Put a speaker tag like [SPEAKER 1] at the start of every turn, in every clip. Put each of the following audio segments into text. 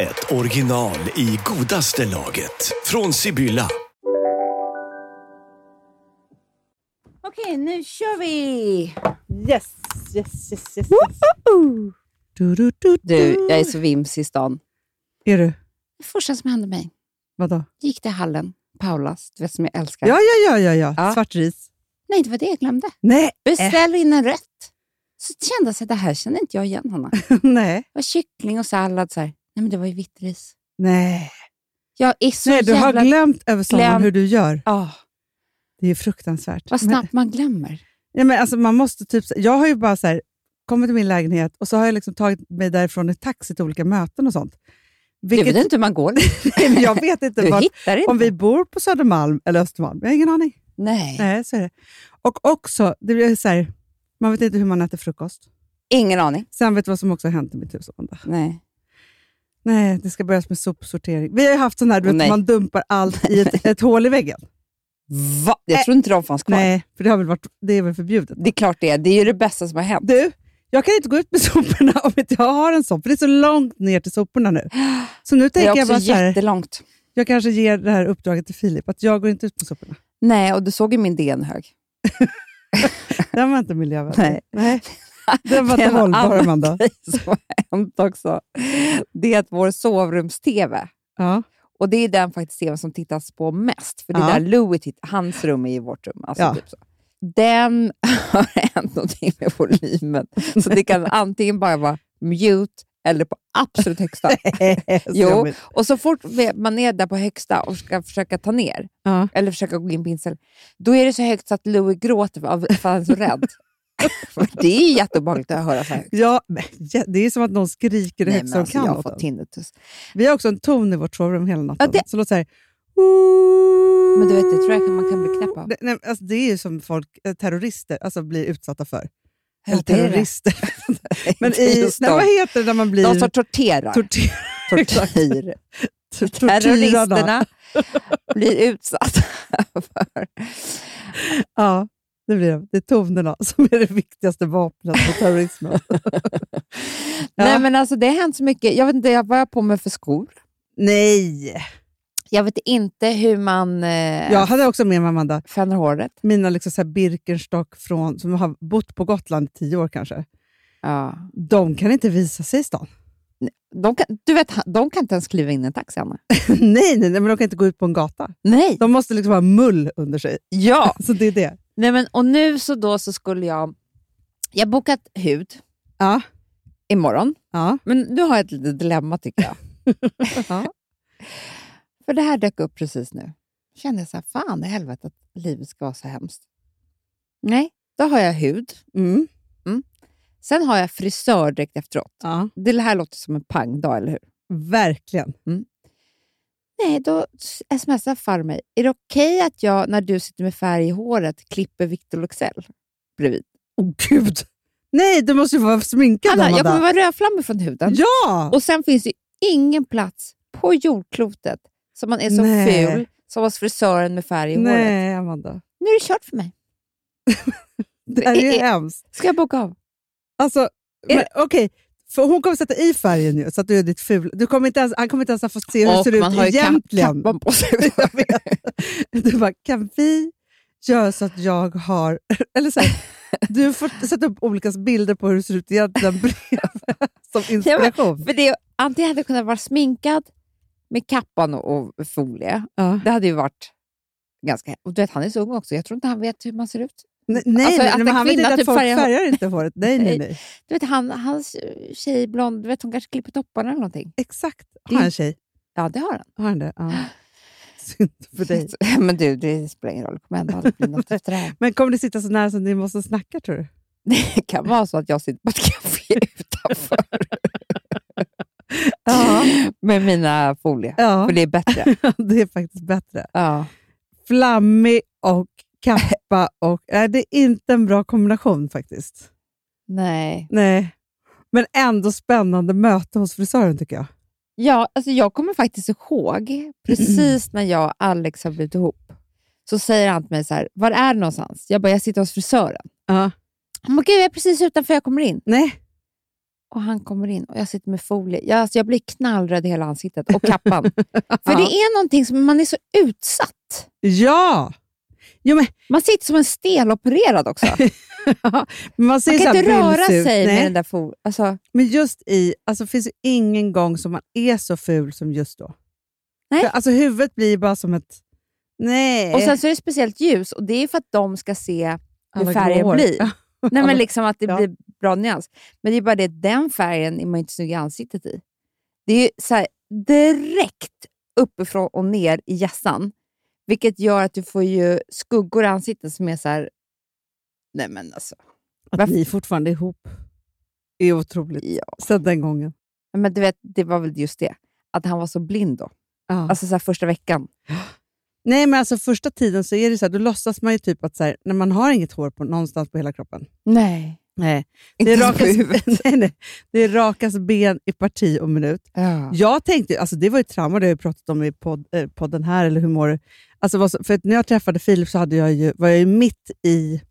[SPEAKER 1] ett original i godaste laget. Från Sibylla.
[SPEAKER 2] Okej, nu kör vi!
[SPEAKER 3] Yes, yes, yes, yes. Du, du,
[SPEAKER 2] Du, jag är så vimsig i stan.
[SPEAKER 3] Är du?
[SPEAKER 2] Mm. Det första som hände mig,
[SPEAKER 3] Vadå?
[SPEAKER 2] gick till hallen, Paulas, du vet som jag älskar.
[SPEAKER 3] Ja, ja, ja, ja, ja.
[SPEAKER 2] Ja.
[SPEAKER 3] Svart ris.
[SPEAKER 2] Nej, det var det jag glömde.
[SPEAKER 3] Nej,
[SPEAKER 2] Beställ in en rätt. Så kändes jag, det här känner inte jag igen Hanna. Det
[SPEAKER 3] nej,
[SPEAKER 2] var kyckling och sallad så här. Nej, men det var ju vitt ris.
[SPEAKER 3] nej.
[SPEAKER 2] Jag är så
[SPEAKER 3] nej du
[SPEAKER 2] jävla...
[SPEAKER 3] har glömt över sommaren
[SPEAKER 2] glöm-
[SPEAKER 3] hur du gör.
[SPEAKER 2] Ja,
[SPEAKER 3] Det är fruktansvärt.
[SPEAKER 2] vad
[SPEAKER 3] Men,
[SPEAKER 2] snabbt man glömmer.
[SPEAKER 3] ja, men alltså, man måste typ, så- jag har ju bara så här, kommit till min lägenhet och så har jag liksom tagit mig därifrån i taxi till olika möten och sånt.
[SPEAKER 2] Du vet inte hur man går.
[SPEAKER 3] jag vet inte
[SPEAKER 2] du
[SPEAKER 3] vart,
[SPEAKER 2] hittar inte.
[SPEAKER 3] om vi bor på Södermalm eller Östermalm. Jag har ingen aning.
[SPEAKER 2] Nej,
[SPEAKER 3] Nej, så är det. Och också, det blir så här, man vet inte hur man äter frukost.
[SPEAKER 2] ingen aning.
[SPEAKER 3] Sen vet du vad som också har hänt i mitt hus, Amanda?
[SPEAKER 2] Nej.
[SPEAKER 3] Nej, det ska börjas med sopsortering. Vi har ju haft sån här, du
[SPEAKER 2] Åh,
[SPEAKER 3] vet,
[SPEAKER 2] nej.
[SPEAKER 3] man dumpar allt i ett, ett hål i väggen.
[SPEAKER 2] Va? Jag tror inte de fanns kvar.
[SPEAKER 3] Nej, för det, har väl varit, det är väl förbjudet.
[SPEAKER 2] Det är klart det är. Det är ju det bästa som har hänt.
[SPEAKER 3] Du, jag kan inte gå ut med soporna om inte jag har en sop, för det är så långt ner till soporna nu. Så nu
[SPEAKER 2] Det
[SPEAKER 3] tänker
[SPEAKER 2] är
[SPEAKER 3] jag
[SPEAKER 2] också
[SPEAKER 3] bara så här,
[SPEAKER 2] jättelångt.
[SPEAKER 3] jag kanske ger det här uppdraget till Filip, att jag går inte ut med soporna.
[SPEAKER 2] Nej, och du såg ju min DN-hög.
[SPEAKER 3] Den var inte miljövänlig.
[SPEAKER 2] Nej.
[SPEAKER 3] Nej. Den var inte
[SPEAKER 2] en
[SPEAKER 3] hållbar,
[SPEAKER 2] annan
[SPEAKER 3] Amanda.
[SPEAKER 2] grej som har hänt också. Det är att vår sovrums-tv,
[SPEAKER 3] Ja,
[SPEAKER 2] och det är den faktiskt tv som tittas på mest, för det är
[SPEAKER 3] Ja.
[SPEAKER 2] där Louis tittar. Hans rum är i vårt rum. Alltså
[SPEAKER 3] Ja.
[SPEAKER 2] typ så. Den har hänt någonting med volymen, så det kan antingen bara vara mute eller på absolut högsta.
[SPEAKER 3] så
[SPEAKER 2] Jo.
[SPEAKER 3] jobbigt.
[SPEAKER 2] Och så fort vi- man är där på högsta och ska försöka ta ner,
[SPEAKER 3] Ja.
[SPEAKER 2] eller försöka gå in på incel, då är det så högt så att Louis gråter av- för att han är så rädd. För det är ju jätteobehagligt att höra så här.
[SPEAKER 3] Ja, men, ja, det är som att någon skriker det
[SPEAKER 2] Nej,
[SPEAKER 3] högsta
[SPEAKER 2] men alltså,
[SPEAKER 3] de kan.
[SPEAKER 2] jag har
[SPEAKER 3] åt
[SPEAKER 2] fått
[SPEAKER 3] en.
[SPEAKER 2] tinnitus.
[SPEAKER 3] Vi har också en ton i vårt sovrum hela natten.
[SPEAKER 2] Ja, det-
[SPEAKER 3] Så låter så här...
[SPEAKER 2] Men du vet, det tror jag kan- man kan bli knäpp av.
[SPEAKER 3] Det, nej, alltså det är ju som folk, eh, terrorister alltså blir utsatta för.
[SPEAKER 2] Ja,
[SPEAKER 3] Eller
[SPEAKER 2] det är det.
[SPEAKER 3] terrorister. Men
[SPEAKER 2] Det är
[SPEAKER 3] i,
[SPEAKER 2] just
[SPEAKER 3] nej, vad
[SPEAKER 2] de.
[SPEAKER 3] heter det när man blir
[SPEAKER 2] De som torterar.
[SPEAKER 3] torter, exakt.
[SPEAKER 2] Tortyr.
[SPEAKER 3] t- torterarna?
[SPEAKER 2] Terroristerna blir utsatta för...
[SPEAKER 3] Ja, det blir de. Det är tonerna som är det viktigaste vapnet mot terrorismen. Ja.
[SPEAKER 2] Nej, men alltså det har hänt så mycket. Jag vet inte jag- vad jag har på mig för skor.
[SPEAKER 3] Nej!
[SPEAKER 2] Jag vet inte hur man eh,
[SPEAKER 3] Jag hade också med mig, Amanda,
[SPEAKER 2] fäller håret.
[SPEAKER 3] mina liksom så här Birkenstock från, som har bott på Gotland i tio år kanske.
[SPEAKER 2] Ja.
[SPEAKER 3] De kan inte visa sig i stan.
[SPEAKER 2] De kan, du vet, han- de kan inte ens kliva in i en taxi, Anna.
[SPEAKER 3] nej, nej, nej, men de kan inte gå ut på en gata.
[SPEAKER 2] Nej!
[SPEAKER 3] De måste liksom ha mull under sig.
[SPEAKER 2] Ja!
[SPEAKER 3] Så det är det.
[SPEAKER 2] Nej, men, och nu så då så skulle jag... Jag har bokat hud
[SPEAKER 3] Ja.
[SPEAKER 2] imorgon,
[SPEAKER 3] Ja.
[SPEAKER 2] men nu har jag ett litet dilemma tycker jag.
[SPEAKER 3] ja.
[SPEAKER 2] För det här dök upp precis nu. kände jag så här, fan i helvete att livet ska vara så hemskt. Nej, då har jag hud.
[SPEAKER 3] Mm.
[SPEAKER 2] Sen har jag frisör direkt efteråt.
[SPEAKER 3] ja.
[SPEAKER 2] Det här låter som en pangdag, eller hur?
[SPEAKER 3] Verkligen.
[SPEAKER 2] Nej, då smsar far mig. Är det okej att jag, när du sitter med färg i håret, klipper Victor Luxell bredvid?
[SPEAKER 3] Åh gud. Nej, du måste ju vara sminkad
[SPEAKER 2] Anna, jag
[SPEAKER 3] Amanda.
[SPEAKER 2] kommer vara rödflammig från huden.
[SPEAKER 3] Ja!
[SPEAKER 2] Och sen finns det ingen plats på jordklotet som man är så
[SPEAKER 3] Nej.
[SPEAKER 2] ful som hos frisören med färg i håret.
[SPEAKER 3] Nej, Amanda.
[SPEAKER 2] Nu är det kört för mig.
[SPEAKER 3] Det här är ju
[SPEAKER 2] Det
[SPEAKER 3] hemskt.
[SPEAKER 2] Ska jag boka av?
[SPEAKER 3] Alltså,
[SPEAKER 2] Är-
[SPEAKER 3] men okej. För hon kommer sätta i färgen ju, så att du är ditt ful. Du kommer inte ens, han kommer inte ens ha fått se hur det
[SPEAKER 2] Och
[SPEAKER 3] ser ut
[SPEAKER 2] man har ju kapp-
[SPEAKER 3] egentligen.
[SPEAKER 2] kappan på sig.
[SPEAKER 3] Jag vet. Du bara, kan vi göra så att jag har... Eller så här, du får sätta upp olika bilder på hur det ser ut egentligen bredvid, som inspiration.
[SPEAKER 2] För det, antingen hade jag kunnat vara sminkad med kappan och, och folie.
[SPEAKER 3] Ja.
[SPEAKER 2] Det hade ju varit ganska... Och du vet, han är så ung också. Jag tror inte han vet hur man ser ut.
[SPEAKER 3] Nej, nej,
[SPEAKER 2] Alltså,
[SPEAKER 3] nej,
[SPEAKER 2] att
[SPEAKER 3] men
[SPEAKER 2] en
[SPEAKER 3] han vet
[SPEAKER 2] kvinna
[SPEAKER 3] inte att
[SPEAKER 2] typ
[SPEAKER 3] folk
[SPEAKER 2] färgar-
[SPEAKER 3] färgar inte håret. Nej, nej,
[SPEAKER 2] Nej.
[SPEAKER 3] nej.
[SPEAKER 2] Du vet, han, hans eh, tjej blond, du vet, hon kanske klipper topparna eller någonting.
[SPEAKER 3] Exakt.
[SPEAKER 2] Det-
[SPEAKER 3] Har han en tjej?
[SPEAKER 2] Ja, det har han.
[SPEAKER 3] Har han det? Ja. Synd för dig.
[SPEAKER 2] Men du, det spelar ingen roll. Det kommer ändå aldrig bli något efter det här.
[SPEAKER 3] Men kommer ni sitta så nära som ni måste snacka, tror du?
[SPEAKER 2] Det kan vara så att jag sitter på ett café utanför.
[SPEAKER 3] Ja,
[SPEAKER 2] med mina folier.
[SPEAKER 3] ja.
[SPEAKER 2] För det är bättre.
[SPEAKER 3] det är faktiskt bättre.
[SPEAKER 2] ja.
[SPEAKER 3] Flammig och kappa och... Nej, det är inte en bra kombination faktiskt.
[SPEAKER 2] Nej.
[SPEAKER 3] Nej. Men ändå spännande möte hos frisören tycker jag.
[SPEAKER 2] Ja, alltså jag kommer faktiskt ihåg, precis när jag och Alex har blivit ihop, så säger han till mig så här, var är du någonstans? Jag bara, jag sitter hos frisören.
[SPEAKER 3] Ja.
[SPEAKER 2] Han bara, gud jag är precis utanför, jag kommer in.
[SPEAKER 3] Nej.
[SPEAKER 2] Och han kommer in och jag sitter med folie. Jag, alltså, jag blir knallröd i hela ansiktet och kappan. För det är någonting som, man är så utsatt.
[SPEAKER 3] Ja! Jo, men,
[SPEAKER 2] Man sitter som en stelopererad också.
[SPEAKER 3] men man ser
[SPEAKER 2] Man
[SPEAKER 3] så
[SPEAKER 2] kan
[SPEAKER 3] här
[SPEAKER 2] inte röra
[SPEAKER 3] bylsig ut.
[SPEAKER 2] sig
[SPEAKER 3] Nej.
[SPEAKER 2] med den där fol... Alltså,
[SPEAKER 3] Men just i, alltså finns ju ingen gång som man är så ful som just då.
[SPEAKER 2] Nej.
[SPEAKER 3] För, alltså huvudet blir bara som ett... Nej.
[SPEAKER 2] och sen så är det speciellt ljus och det är för att de ska se hur
[SPEAKER 3] Alla
[SPEAKER 2] färgen
[SPEAKER 3] grå hår.
[SPEAKER 2] blir. Nej, men
[SPEAKER 3] Alla-
[SPEAKER 2] liksom att det
[SPEAKER 3] Ja.
[SPEAKER 2] blir bra nyans. Men det är bara det att den färgen är man inte snygg i ansiktet i. Det är ju så här, direkt uppifrån och ner i hjässan. Vilket gör att du får ju skuggor i ansiktet som är så här... Nej men alltså.
[SPEAKER 3] Att
[SPEAKER 2] Varför-
[SPEAKER 3] ni fortfarande är ihop är otroligt.
[SPEAKER 2] Ja.
[SPEAKER 3] Sen den gången.
[SPEAKER 2] Men du vet, det var väl just det. Att han var så blind då.
[SPEAKER 3] Ja.
[SPEAKER 2] Alltså så här, första veckan.
[SPEAKER 3] nej, men alltså första tiden så är det så här, då låtsas man ju typ att så här, när man har inget hår på, någonstans på hela kroppen.
[SPEAKER 2] Nej.
[SPEAKER 3] Nej.
[SPEAKER 2] Inte
[SPEAKER 3] Det är,
[SPEAKER 2] ens på
[SPEAKER 3] rakas, nej, nej. det är rakas ben i parti och minut.
[SPEAKER 2] Ja.
[SPEAKER 3] Jag tänkte, alltså det var ju ett trauma, det har jag ju pratat om i podd, eh, podden här, eller hur mår du? Alltså vad så- för att när jag träffade Filip så hade jag ju, var jag ju mitt i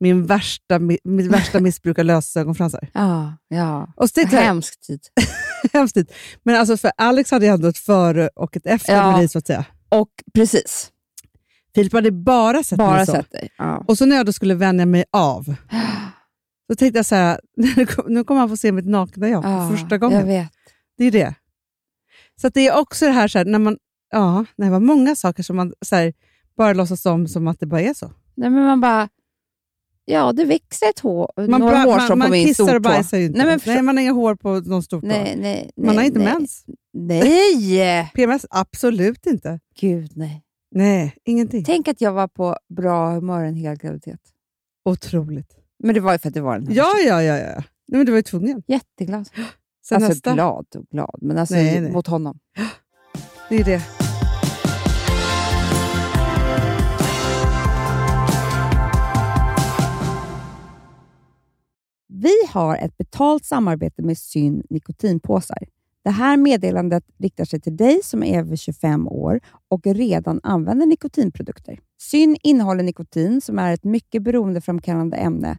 [SPEAKER 3] min värsta, mi- mitt värsta missbruk av lösögonfransar.
[SPEAKER 2] Ja. ja. typ.
[SPEAKER 3] Och så tänkte jag,
[SPEAKER 2] Hemsk tid.
[SPEAKER 3] hemskt dit. Men alltså för Alex hade jag ändå ett före och ett efter
[SPEAKER 2] Ja.
[SPEAKER 3] med dig så att säga.
[SPEAKER 2] Och precis,
[SPEAKER 3] Filip hade bara sett
[SPEAKER 2] bara
[SPEAKER 3] mig så.
[SPEAKER 2] sett dig. Ja.
[SPEAKER 3] Och så när jag då skulle vänja mig av, då tänkte jag så här, nu kom- nu kommer han få se mitt nakna jag
[SPEAKER 2] Ja,
[SPEAKER 3] för första gången.
[SPEAKER 2] Jag vet.
[SPEAKER 3] Det är det. Så att det är också det här, så här när man, ja, det var många saker som man så här, bara låtsas om som att det bara är så.
[SPEAKER 2] Nej, men man bara, ja det växer ett hår,
[SPEAKER 3] Man,
[SPEAKER 2] några
[SPEAKER 3] bra-
[SPEAKER 2] hårstrån på
[SPEAKER 3] man, man
[SPEAKER 2] min
[SPEAKER 3] kissar och
[SPEAKER 2] stortå.
[SPEAKER 3] bajsar ju inte.
[SPEAKER 2] Nej,
[SPEAKER 3] Nej,
[SPEAKER 2] men förstå-
[SPEAKER 3] man har inga hår på någon stortå.
[SPEAKER 2] Nej, nej, nej,
[SPEAKER 3] man har inte
[SPEAKER 2] nej.
[SPEAKER 3] mens.
[SPEAKER 2] Nej!
[SPEAKER 3] PMS, absolut inte.
[SPEAKER 2] Gud nej.
[SPEAKER 3] Nej, ingenting.
[SPEAKER 2] Tänk att jag var på bra humör en hel graviditet.
[SPEAKER 3] Otroligt.
[SPEAKER 2] Men det var ju för att det var den här.
[SPEAKER 3] Ja, ja, ja. ja. Nej, men du var ju tvungen.
[SPEAKER 2] Jätteglad.
[SPEAKER 3] Sen
[SPEAKER 2] alltså
[SPEAKER 3] nästa.
[SPEAKER 2] glad och glad, men alltså
[SPEAKER 3] Nej, nej.
[SPEAKER 2] mot honom.
[SPEAKER 3] Det är det.
[SPEAKER 2] Vi har ett betalt samarbete med Syn nikotinpåsar. Det här meddelandet riktar sig till dig som är över 25 år och redan använder nikotinprodukter. Syn innehåller nikotin som är ett mycket beroendeframkallande ämne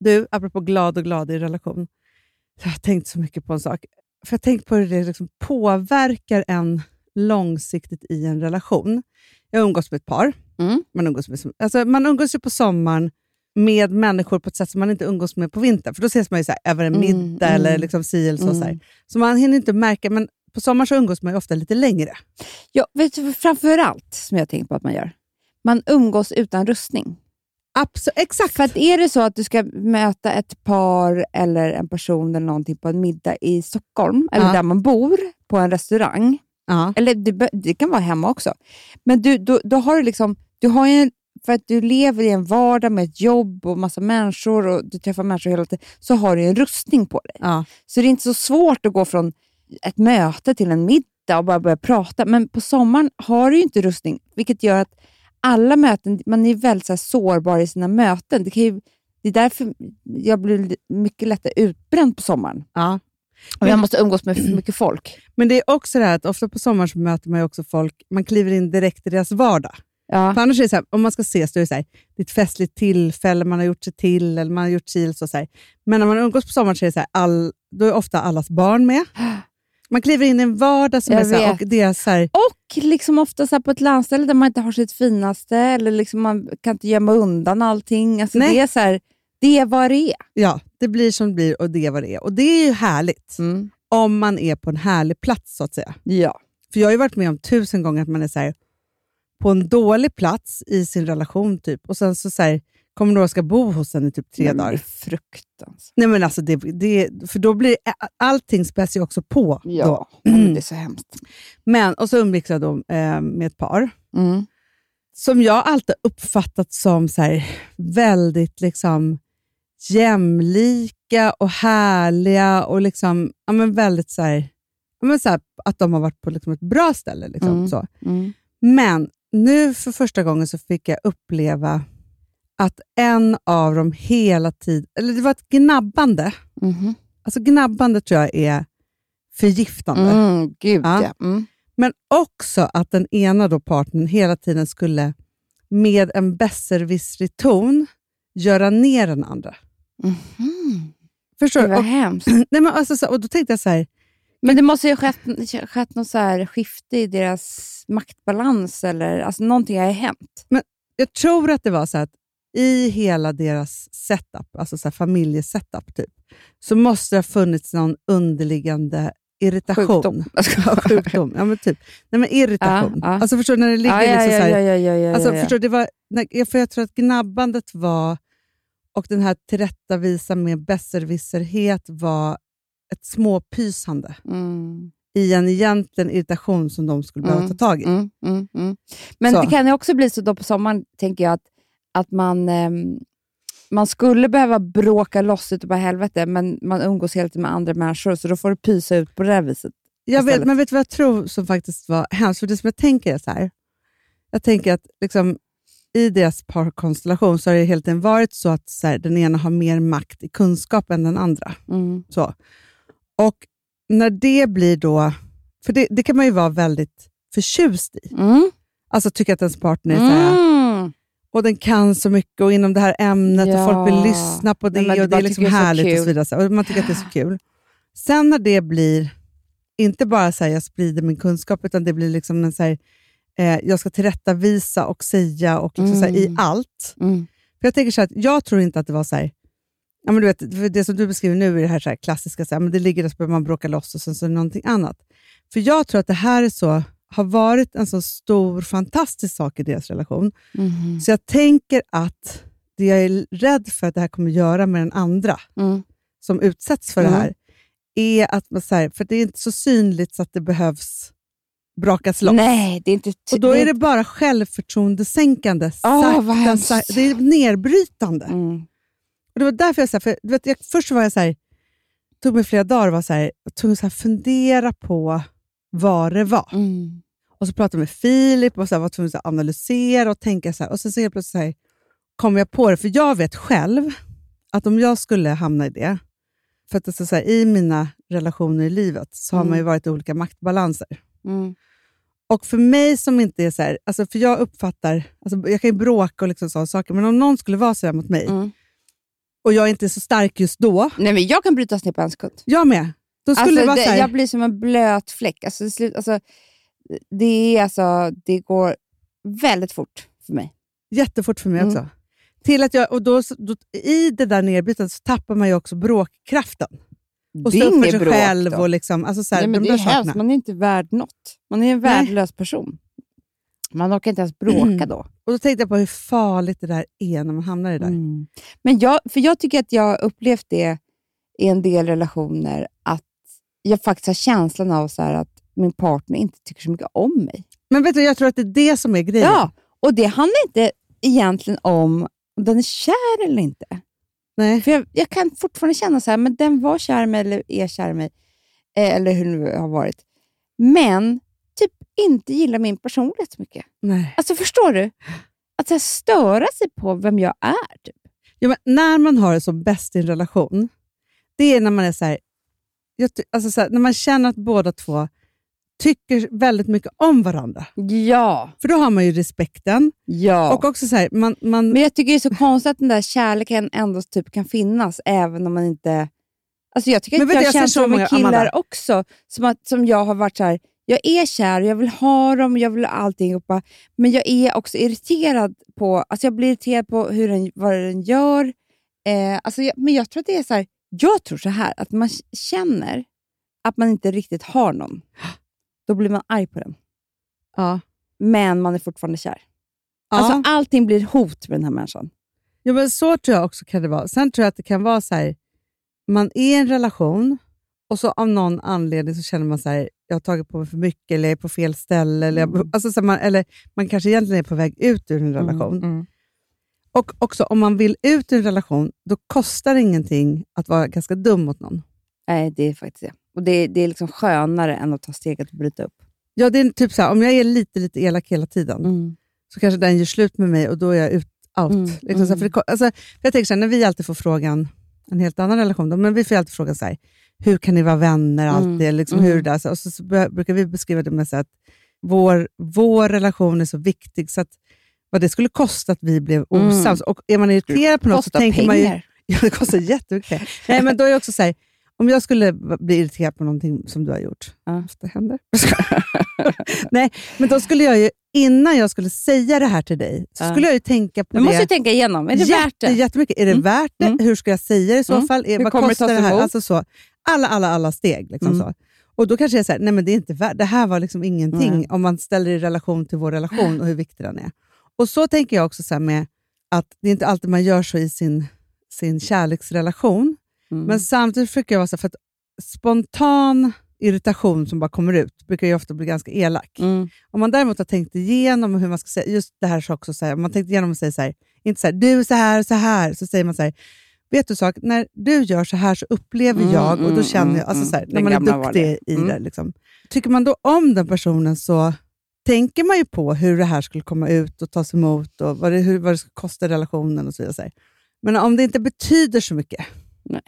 [SPEAKER 3] Du, apropå glad och glad i relation. Jag har tänkt så mycket på en sak. För Jag har tänkt på hur det liksom påverkar en långsiktigt i en relation. Jag umgås med ett par.
[SPEAKER 2] Mm.
[SPEAKER 3] Man, umgås med, alltså man umgås ju på sommaren med människor på ett sätt som man inte umgås med på vintern. För då ses man ju så här, över en
[SPEAKER 2] Mm,
[SPEAKER 3] middag
[SPEAKER 2] mm.
[SPEAKER 3] eller liksom si eller så. Så, här.
[SPEAKER 2] Mm.
[SPEAKER 3] så man hinner inte märka, men på sommaren så umgås man ju ofta lite längre.
[SPEAKER 2] Ja, vet du vad framförallt som jag tänker på att man gör? Man umgås utan rustning.
[SPEAKER 3] Absolut, exakt!
[SPEAKER 2] För att är det så att du ska möta ett par eller en person eller någonting på en middag i Stockholm, eller
[SPEAKER 3] Ja.
[SPEAKER 2] där man bor, på en restaurang,
[SPEAKER 3] ja.
[SPEAKER 2] eller det, be- det kan vara hemma också, men du, då, då har du liksom, du har ju en, för att du lever i en vardag med ett jobb och massa människor och du träffar människor hela tiden, så har du ju en rustning på dig.
[SPEAKER 3] Ja.
[SPEAKER 2] Så det är inte så svårt att gå från ett möte till en middag och bara börja prata. Men på sommaren har du ju inte rustning, vilket gör att alla möten, man är väldigt så här sårbar i sina möten. Det, kan ju, det är därför jag blir li- mycket lättare utbränd på sommaren.
[SPEAKER 3] Ja.
[SPEAKER 2] Och jag måste umgås med för mycket folk.
[SPEAKER 3] Men det är också det här att ofta på sommaren så möter man ju också folk, man kliver in direkt i deras vardag.
[SPEAKER 2] Ja.
[SPEAKER 3] För annars är det så här, om man ska ses, då är det så här, det är ett festligt tillfälle, man har gjort sig till, eller man har gjort sig så, så här. Men när man umgås på sommaren så är det så här, all, då är ofta allas barn med. Man kliver in i en vardag som
[SPEAKER 2] Jag
[SPEAKER 3] är så här, och
[SPEAKER 2] vet.
[SPEAKER 3] deras så här,
[SPEAKER 2] Och liksom ofta så här på ett landställe där man inte har sitt finaste, eller liksom man kan inte gömma undan allting. Alltså
[SPEAKER 3] Nej.
[SPEAKER 2] det är så här, det är vad det är.
[SPEAKER 3] ja, det blir som det blir och det är vad det är. Och det är ju härligt,
[SPEAKER 2] Mm.
[SPEAKER 3] om man är på en härlig plats så att säga.
[SPEAKER 2] Ja.
[SPEAKER 3] För jag har ju varit med om tusen gånger att man är så här, på en dålig plats i sin relation typ och sen så, så här, kommer några och ska bo hos en i typ tre
[SPEAKER 2] Nej, men Det är
[SPEAKER 3] dagar.
[SPEAKER 2] fruktansvärt.
[SPEAKER 3] Nej men alltså, det, det, för då blir allting späs ju också på. Då.
[SPEAKER 2] Ja, Mm. men det är så hemskt.
[SPEAKER 3] Men, och så umgicks jag då eh, med ett par
[SPEAKER 2] Mm.
[SPEAKER 3] som jag alltid uppfattat som så här, väldigt liksom, jämlika och härliga och liksom, ja, men väldigt så här, ja, men så här, att de har varit på liksom, ett bra ställe. Liksom,
[SPEAKER 2] Mm.
[SPEAKER 3] så. Men nu för första gången så fick jag uppleva att en av dem hela tiden, eller det var ett gnabbande.
[SPEAKER 2] Mhm.
[SPEAKER 3] Alltså gnabbande tror jag är förgiftande.
[SPEAKER 2] Mm, gud
[SPEAKER 3] Ja.
[SPEAKER 2] ja. Mm.
[SPEAKER 3] Men också att den ena då partnern hela tiden skulle med en besserwissrig ton göra ner den andra.
[SPEAKER 2] Mhm.
[SPEAKER 3] Förstår
[SPEAKER 2] Gud,
[SPEAKER 3] du?
[SPEAKER 2] vad
[SPEAKER 3] Och,
[SPEAKER 2] hemskt.
[SPEAKER 3] nej, men alltså, så, och då tänkte jag så här,
[SPEAKER 2] Men det måste ju ha skett, skett något så här skifte i deras maktbalans eller alltså någonting har ju hänt.
[SPEAKER 3] jag tror att det var så här att i hela deras setup, alltså så här familjesetup, typ, så måste det ha funnits någon underliggande irritation.
[SPEAKER 2] Sjukdom.
[SPEAKER 3] Ja, sjukdom. Ja, men typ. Nej, men irritation.
[SPEAKER 2] Ja, ja.
[SPEAKER 3] Alltså förstår du, när det
[SPEAKER 2] ja,
[SPEAKER 3] ligger liksom
[SPEAKER 2] ja,
[SPEAKER 3] så här,
[SPEAKER 2] ja, ja, ja, ja,
[SPEAKER 3] Alltså,
[SPEAKER 2] ja, ja.
[SPEAKER 3] förstår du, det var, nej, för jag tror att gnabbandet var, och den här tillrättavisan med besserwisserhet var ett småpysande
[SPEAKER 2] Mm,
[SPEAKER 3] i en egentligen irritation som de skulle behöva
[SPEAKER 2] Mm,
[SPEAKER 3] ta tag i.
[SPEAKER 2] mm, mm, mm. Men
[SPEAKER 3] Så.
[SPEAKER 2] det kan ju också bli så då på sommaren, tänker jag, att, att man, ehm, man skulle behöva bråka loss utav bara helvete, men man umgås helt med andra människor, så då får du pysa ut på det här viset.
[SPEAKER 3] Jag vet,
[SPEAKER 2] istället.
[SPEAKER 3] men vet du vad jag tror som faktiskt var hemskt? För det som jag tänker är så här. Jag tänker att liksom, i deras parkonstellation så har det helt enkelt varit så att så här, den ena har mer makt i kunskap än den andra.
[SPEAKER 2] Mm.
[SPEAKER 3] Så. Och när det blir då... För det, det kan man ju vara väldigt förtjust i.
[SPEAKER 2] Mm.
[SPEAKER 3] Alltså tycka att ens partner är så här,
[SPEAKER 2] Mm.
[SPEAKER 3] och den kan så mycket och inom det här ämnet och folk
[SPEAKER 2] Ja.
[SPEAKER 3] vill lyssna på det
[SPEAKER 2] Nej, men
[SPEAKER 3] och det
[SPEAKER 2] man
[SPEAKER 3] är liksom
[SPEAKER 2] tycker det är så
[SPEAKER 3] härligt och
[SPEAKER 2] kul.
[SPEAKER 3] så vidare. Så här, Och man tycker att det är så kul. Sen när det blir, inte bara så här, jag sprider min kunskap, utan det blir liksom en så här, eh, jag ska tillrättavisa och säga och liksom så här, i
[SPEAKER 2] Mm.
[SPEAKER 3] allt.
[SPEAKER 2] Mm.
[SPEAKER 3] För jag tänker så här, att jag tror inte att det var så här, ja, men du vet, för det som du beskriver nu är det här, så här klassiska, så här, men det ligger där så börjar man bråka loss och sen så är det någonting annat. För jag tror att det här är så, har varit en så stor, fantastisk sak i deras relation,
[SPEAKER 2] Mm.
[SPEAKER 3] så jag tänker att det jag är rädd för att det här kommer göra med den andra
[SPEAKER 2] Mm.
[SPEAKER 3] som utsätts för det
[SPEAKER 2] Mm.
[SPEAKER 3] här, är att man, så här, för det är inte så synligt så att det behövs brakas loss.
[SPEAKER 2] Nej, det är inte...
[SPEAKER 3] Och då är det bara självförtroendesänkande,
[SPEAKER 2] Åh, vad
[SPEAKER 3] sakta,
[SPEAKER 2] hemskt.
[SPEAKER 3] sakta, det är nedbrytande.
[SPEAKER 2] Mm.
[SPEAKER 3] Och det var därför jag, så här, för, du vet, jag först var jag så här, tog mig flera dagar och var så här, jag tog så här, fundera på vad det var.
[SPEAKER 2] Mm.
[SPEAKER 3] Och så pratade jag med Filip och så här, var tvungen att analysera och tänka. så här. Och sen så helt plötsligt så här, kom jag på det, för jag vet själv att om jag skulle hamna i det, för att alltså så här, i mina relationer i livet så har
[SPEAKER 2] Mm.
[SPEAKER 3] man ju varit i olika maktbalanser.
[SPEAKER 2] Mm.
[SPEAKER 3] Och för mig som inte är så här, alltså för jag uppfattar, alltså jag kan ju bråka och liksom sådana saker, men om någon skulle vara så här mot mig
[SPEAKER 2] Mm.
[SPEAKER 3] och jag inte är så stark just då,
[SPEAKER 2] Nej, men jag kan brytas ner på en sekund.
[SPEAKER 3] jag med, då skulle
[SPEAKER 2] Alltså,
[SPEAKER 3] det vara så
[SPEAKER 2] det,
[SPEAKER 3] här,
[SPEAKER 2] jag blir som en blöt fläck. Alltså, det, slut, alltså, det, är, alltså, det går väldigt fort för mig.
[SPEAKER 3] jättefort för mig
[SPEAKER 2] Mm.
[SPEAKER 3] också. Till att jag, och då, då, I det där nedbiten så tappar man ju också bråkkraften. Och
[SPEAKER 2] det
[SPEAKER 3] stå upp
[SPEAKER 2] är
[SPEAKER 3] för sig
[SPEAKER 2] inget bråk
[SPEAKER 3] själv.
[SPEAKER 2] då.
[SPEAKER 3] Och liksom, alltså så här,
[SPEAKER 2] Nej, men
[SPEAKER 3] de
[SPEAKER 2] det är
[SPEAKER 3] där
[SPEAKER 2] hemskt.
[SPEAKER 3] sakerna.
[SPEAKER 2] Man är inte värd något. Man är en
[SPEAKER 3] Nej.
[SPEAKER 2] värdelös person. Man orkar inte ens bråka då.
[SPEAKER 3] Och då tänkte jag på hur farligt det där är när man hamnar i det där.
[SPEAKER 2] Mm. Men jag, för jag tycker att jag har upplevt det i en del relationer, att jag faktiskt har känslan av så här att min partner inte tycker så mycket om mig.
[SPEAKER 3] Men vet du, jag tror att det är det som är grejen.
[SPEAKER 2] Ja, och det handlar inte egentligen om om den är kär eller inte.
[SPEAKER 3] Nej.
[SPEAKER 2] För jag, jag kan fortfarande känna så här, men den var kär i mig eller är kär i mig. Eh, eller hur det nu har varit. Men typ inte gillar min personlighet så mycket.
[SPEAKER 3] Nej.
[SPEAKER 2] Alltså förstår du? Att så här, störa sig på vem jag är. Typ.
[SPEAKER 3] Ja, men när man har det som bäst i en relation, det är när man är så här, jag, ty- alltså så här, när man känner att båda två tycker väldigt mycket om varandra.
[SPEAKER 2] Ja.
[SPEAKER 3] För då har man ju respekten.
[SPEAKER 2] ja.
[SPEAKER 3] Och också så här, man, man,
[SPEAKER 2] men jag tycker det är så konstigt att den där kärleken ändå typ kan finnas även om man inte... Alltså jag tycker
[SPEAKER 3] Men
[SPEAKER 2] att
[SPEAKER 3] vet du,
[SPEAKER 2] jag
[SPEAKER 3] jag
[SPEAKER 2] har
[SPEAKER 3] ser så
[SPEAKER 2] känslor
[SPEAKER 3] många,
[SPEAKER 2] med killar
[SPEAKER 3] Amanda.
[SPEAKER 2] också, som, att, som jag har varit så här. jag är kär, och jag vill ha dem, jag vill allting. Och bara, men jag är också irriterad på alltså jag blir irriterad på hur den, vad den gör. Eh, alltså jag, men jag tror att det är så här, jag tror så här, att man känner att man inte riktigt har någon. Då blir man arg på den.
[SPEAKER 3] ja.
[SPEAKER 2] Men man är fortfarande kär.
[SPEAKER 3] Ja.
[SPEAKER 2] Alltså allting blir hot med den här människan.
[SPEAKER 3] Ja, men så tror jag också kan det vara. Sen tror jag att det kan vara så här, man är i en relation och så av någon anledning så känner man så här, jag har tagit på mig för mycket eller jag är på fel ställe. Eller, jag, alltså så här, man, eller man kanske egentligen är på väg ut ur en relation. Och också om man vill ut ur en relation, då kostar det ingenting att vara ganska dum mot någon.
[SPEAKER 2] Nej, det är faktiskt det. Och det, det är liksom skönare än att ta steget och bryta upp.
[SPEAKER 3] Ja, det är typ så här, om jag är lite, lite elak hela tiden så kanske den gör slut med mig och då är jag ut, out.
[SPEAKER 2] Mm,
[SPEAKER 3] Liksom så här,
[SPEAKER 2] mm.
[SPEAKER 3] för det, ko- alltså, för jag tänker så här, när vi alltid får frågan, en helt annan relation, då, men vi får ju alltid frågan så här, hur kan ni vara vänner alltid? Liksom,
[SPEAKER 2] mm.
[SPEAKER 3] hur det där, så, och så, så bör- brukar vi beskriva det med så här, att vår, vår relation är så viktig, så att vad det skulle kosta att vi blev
[SPEAKER 2] Mm.
[SPEAKER 3] osams. Och är man irriterad på något så
[SPEAKER 2] Kostar
[SPEAKER 3] Mm. tänker
[SPEAKER 2] pengar.
[SPEAKER 3] man ju... Ja, det kostar jättemycket Nej, men då är jag också så här, om jag skulle bli irriterad på någonting som du har gjort, så det händer. Nej, men då skulle jag ju, innan jag skulle säga det här till dig, så
[SPEAKER 2] Ja.
[SPEAKER 3] skulle jag ju tänka på
[SPEAKER 2] Nu måste
[SPEAKER 3] det.
[SPEAKER 2] du tänka igenom. Är det värt
[SPEAKER 3] Jätte,
[SPEAKER 2] det?
[SPEAKER 3] jättemycket. Är det
[SPEAKER 2] Mm.
[SPEAKER 3] värt det?
[SPEAKER 2] Mm.
[SPEAKER 3] Hur ska jag säga det i så
[SPEAKER 2] Mm.
[SPEAKER 3] fall? Är,
[SPEAKER 2] Hur
[SPEAKER 3] vad
[SPEAKER 2] kommer det
[SPEAKER 3] kostar det
[SPEAKER 2] tas
[SPEAKER 3] här?
[SPEAKER 2] emot?
[SPEAKER 3] Alltså så, alla, alla, alla steg. Liksom
[SPEAKER 2] Mm.
[SPEAKER 3] så. Och Då kanske jag säger, nej men det är inte värt, det här var liksom ingenting
[SPEAKER 2] Nej.
[SPEAKER 3] om man ställer det i relation till vår relation och hur viktig den är. Och så tänker jag också så här med att det är inte alltid man gör så i sin, sin kärleksrelation.
[SPEAKER 2] Mm.
[SPEAKER 3] Men samtidigt försöker jag vara så här, för att spontan irritation som bara kommer ut brukar ju ofta bli ganska elak.
[SPEAKER 2] Mm.
[SPEAKER 3] Om man däremot har tänkt igenom hur man ska säga, just det här så också, så här, om man tänkt igenom och säger så här, inte så här, du är så här och så här, så säger man så här, vet du sak, när du gör så här så upplever
[SPEAKER 2] Mm,
[SPEAKER 3] jag och då
[SPEAKER 2] mm,
[SPEAKER 3] känner
[SPEAKER 2] mm,
[SPEAKER 3] jag, alltså så här,
[SPEAKER 2] mm.
[SPEAKER 3] när
[SPEAKER 2] Den
[SPEAKER 3] man är
[SPEAKER 2] gamla var
[SPEAKER 3] duktig
[SPEAKER 2] det.
[SPEAKER 3] i
[SPEAKER 2] Mm.
[SPEAKER 3] det. Liksom. Tycker man då om den personen så tänker man ju på hur det här skulle komma ut och tas emot och vad det, hur, vad det skulle kosta i relationen och så vidare. så här. Men om det inte betyder så mycket,
[SPEAKER 2] Nej.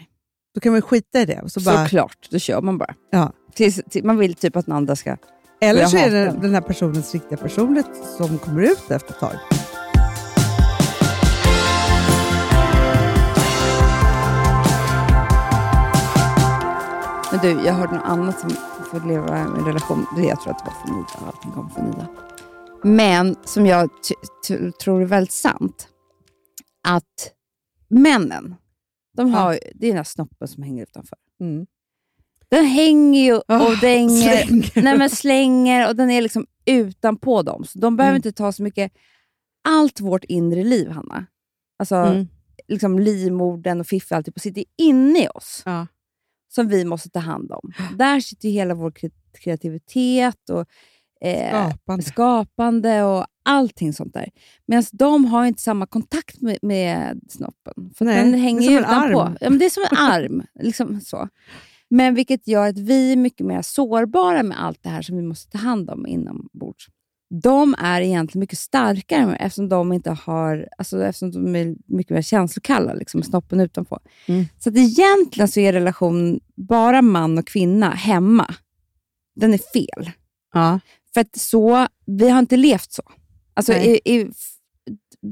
[SPEAKER 3] då kan man ju skita i det. Och så bara,
[SPEAKER 2] Såklart, då kör man bara.
[SPEAKER 3] Ja.
[SPEAKER 2] Tills, till, man vill typ att den andra ska...
[SPEAKER 3] eller
[SPEAKER 2] jag
[SPEAKER 3] så är det
[SPEAKER 2] hatar.
[SPEAKER 3] den här personens riktiga personlighet som kommer ut efter ett tag.
[SPEAKER 2] Men du, jag hörde något annat som får leva i en relation. Det- Jag tror att det var från Ida. Allting kom från Ida. Men som jag ty- ty- tror är väldigt sant. Att männen, de har, ju- det är den här snoppen som hänger utanför.
[SPEAKER 3] Mm.
[SPEAKER 2] Den hänger ju och
[SPEAKER 3] Ah,
[SPEAKER 2] dänger.
[SPEAKER 3] Slänger.
[SPEAKER 2] Nej, men slänger och den är liksom utanpå dem. Så de behöver
[SPEAKER 3] Mm.
[SPEAKER 2] inte ta så mycket. Allt vårt inre liv, Hanna, alltså
[SPEAKER 3] Mm.
[SPEAKER 2] liksom livmodern och fiffel, alltihop, sitter inne i oss.
[SPEAKER 3] Ja.
[SPEAKER 2] Som vi måste ta hand om. Där sitter ju hela vår kre- kreativitet och eh,
[SPEAKER 3] Skapande.
[SPEAKER 2] skapande och allting sånt där. Medan de har ju inte samma kontakt med, med snoppen. För
[SPEAKER 3] Nej,
[SPEAKER 2] den
[SPEAKER 3] det är
[SPEAKER 2] hänger
[SPEAKER 3] som
[SPEAKER 2] ju
[SPEAKER 3] en
[SPEAKER 2] utanpå.
[SPEAKER 3] arm.
[SPEAKER 2] Ja, men det är som en arm. liksom så. Men vilket gör att vi är mycket mer sårbara med allt det här som vi måste ta hand om inombords. De är egentligen mycket starkare eftersom de inte har, alltså eftersom de är mycket mer känslokalla liksom, med snoppen utanpå.
[SPEAKER 3] Mm.
[SPEAKER 2] Så att egentligen så är relationen bara man och kvinna hemma, den är fel.
[SPEAKER 3] Ja.
[SPEAKER 2] För att så, vi har inte levt så. Alltså i,
[SPEAKER 3] Nej.
[SPEAKER 2] i,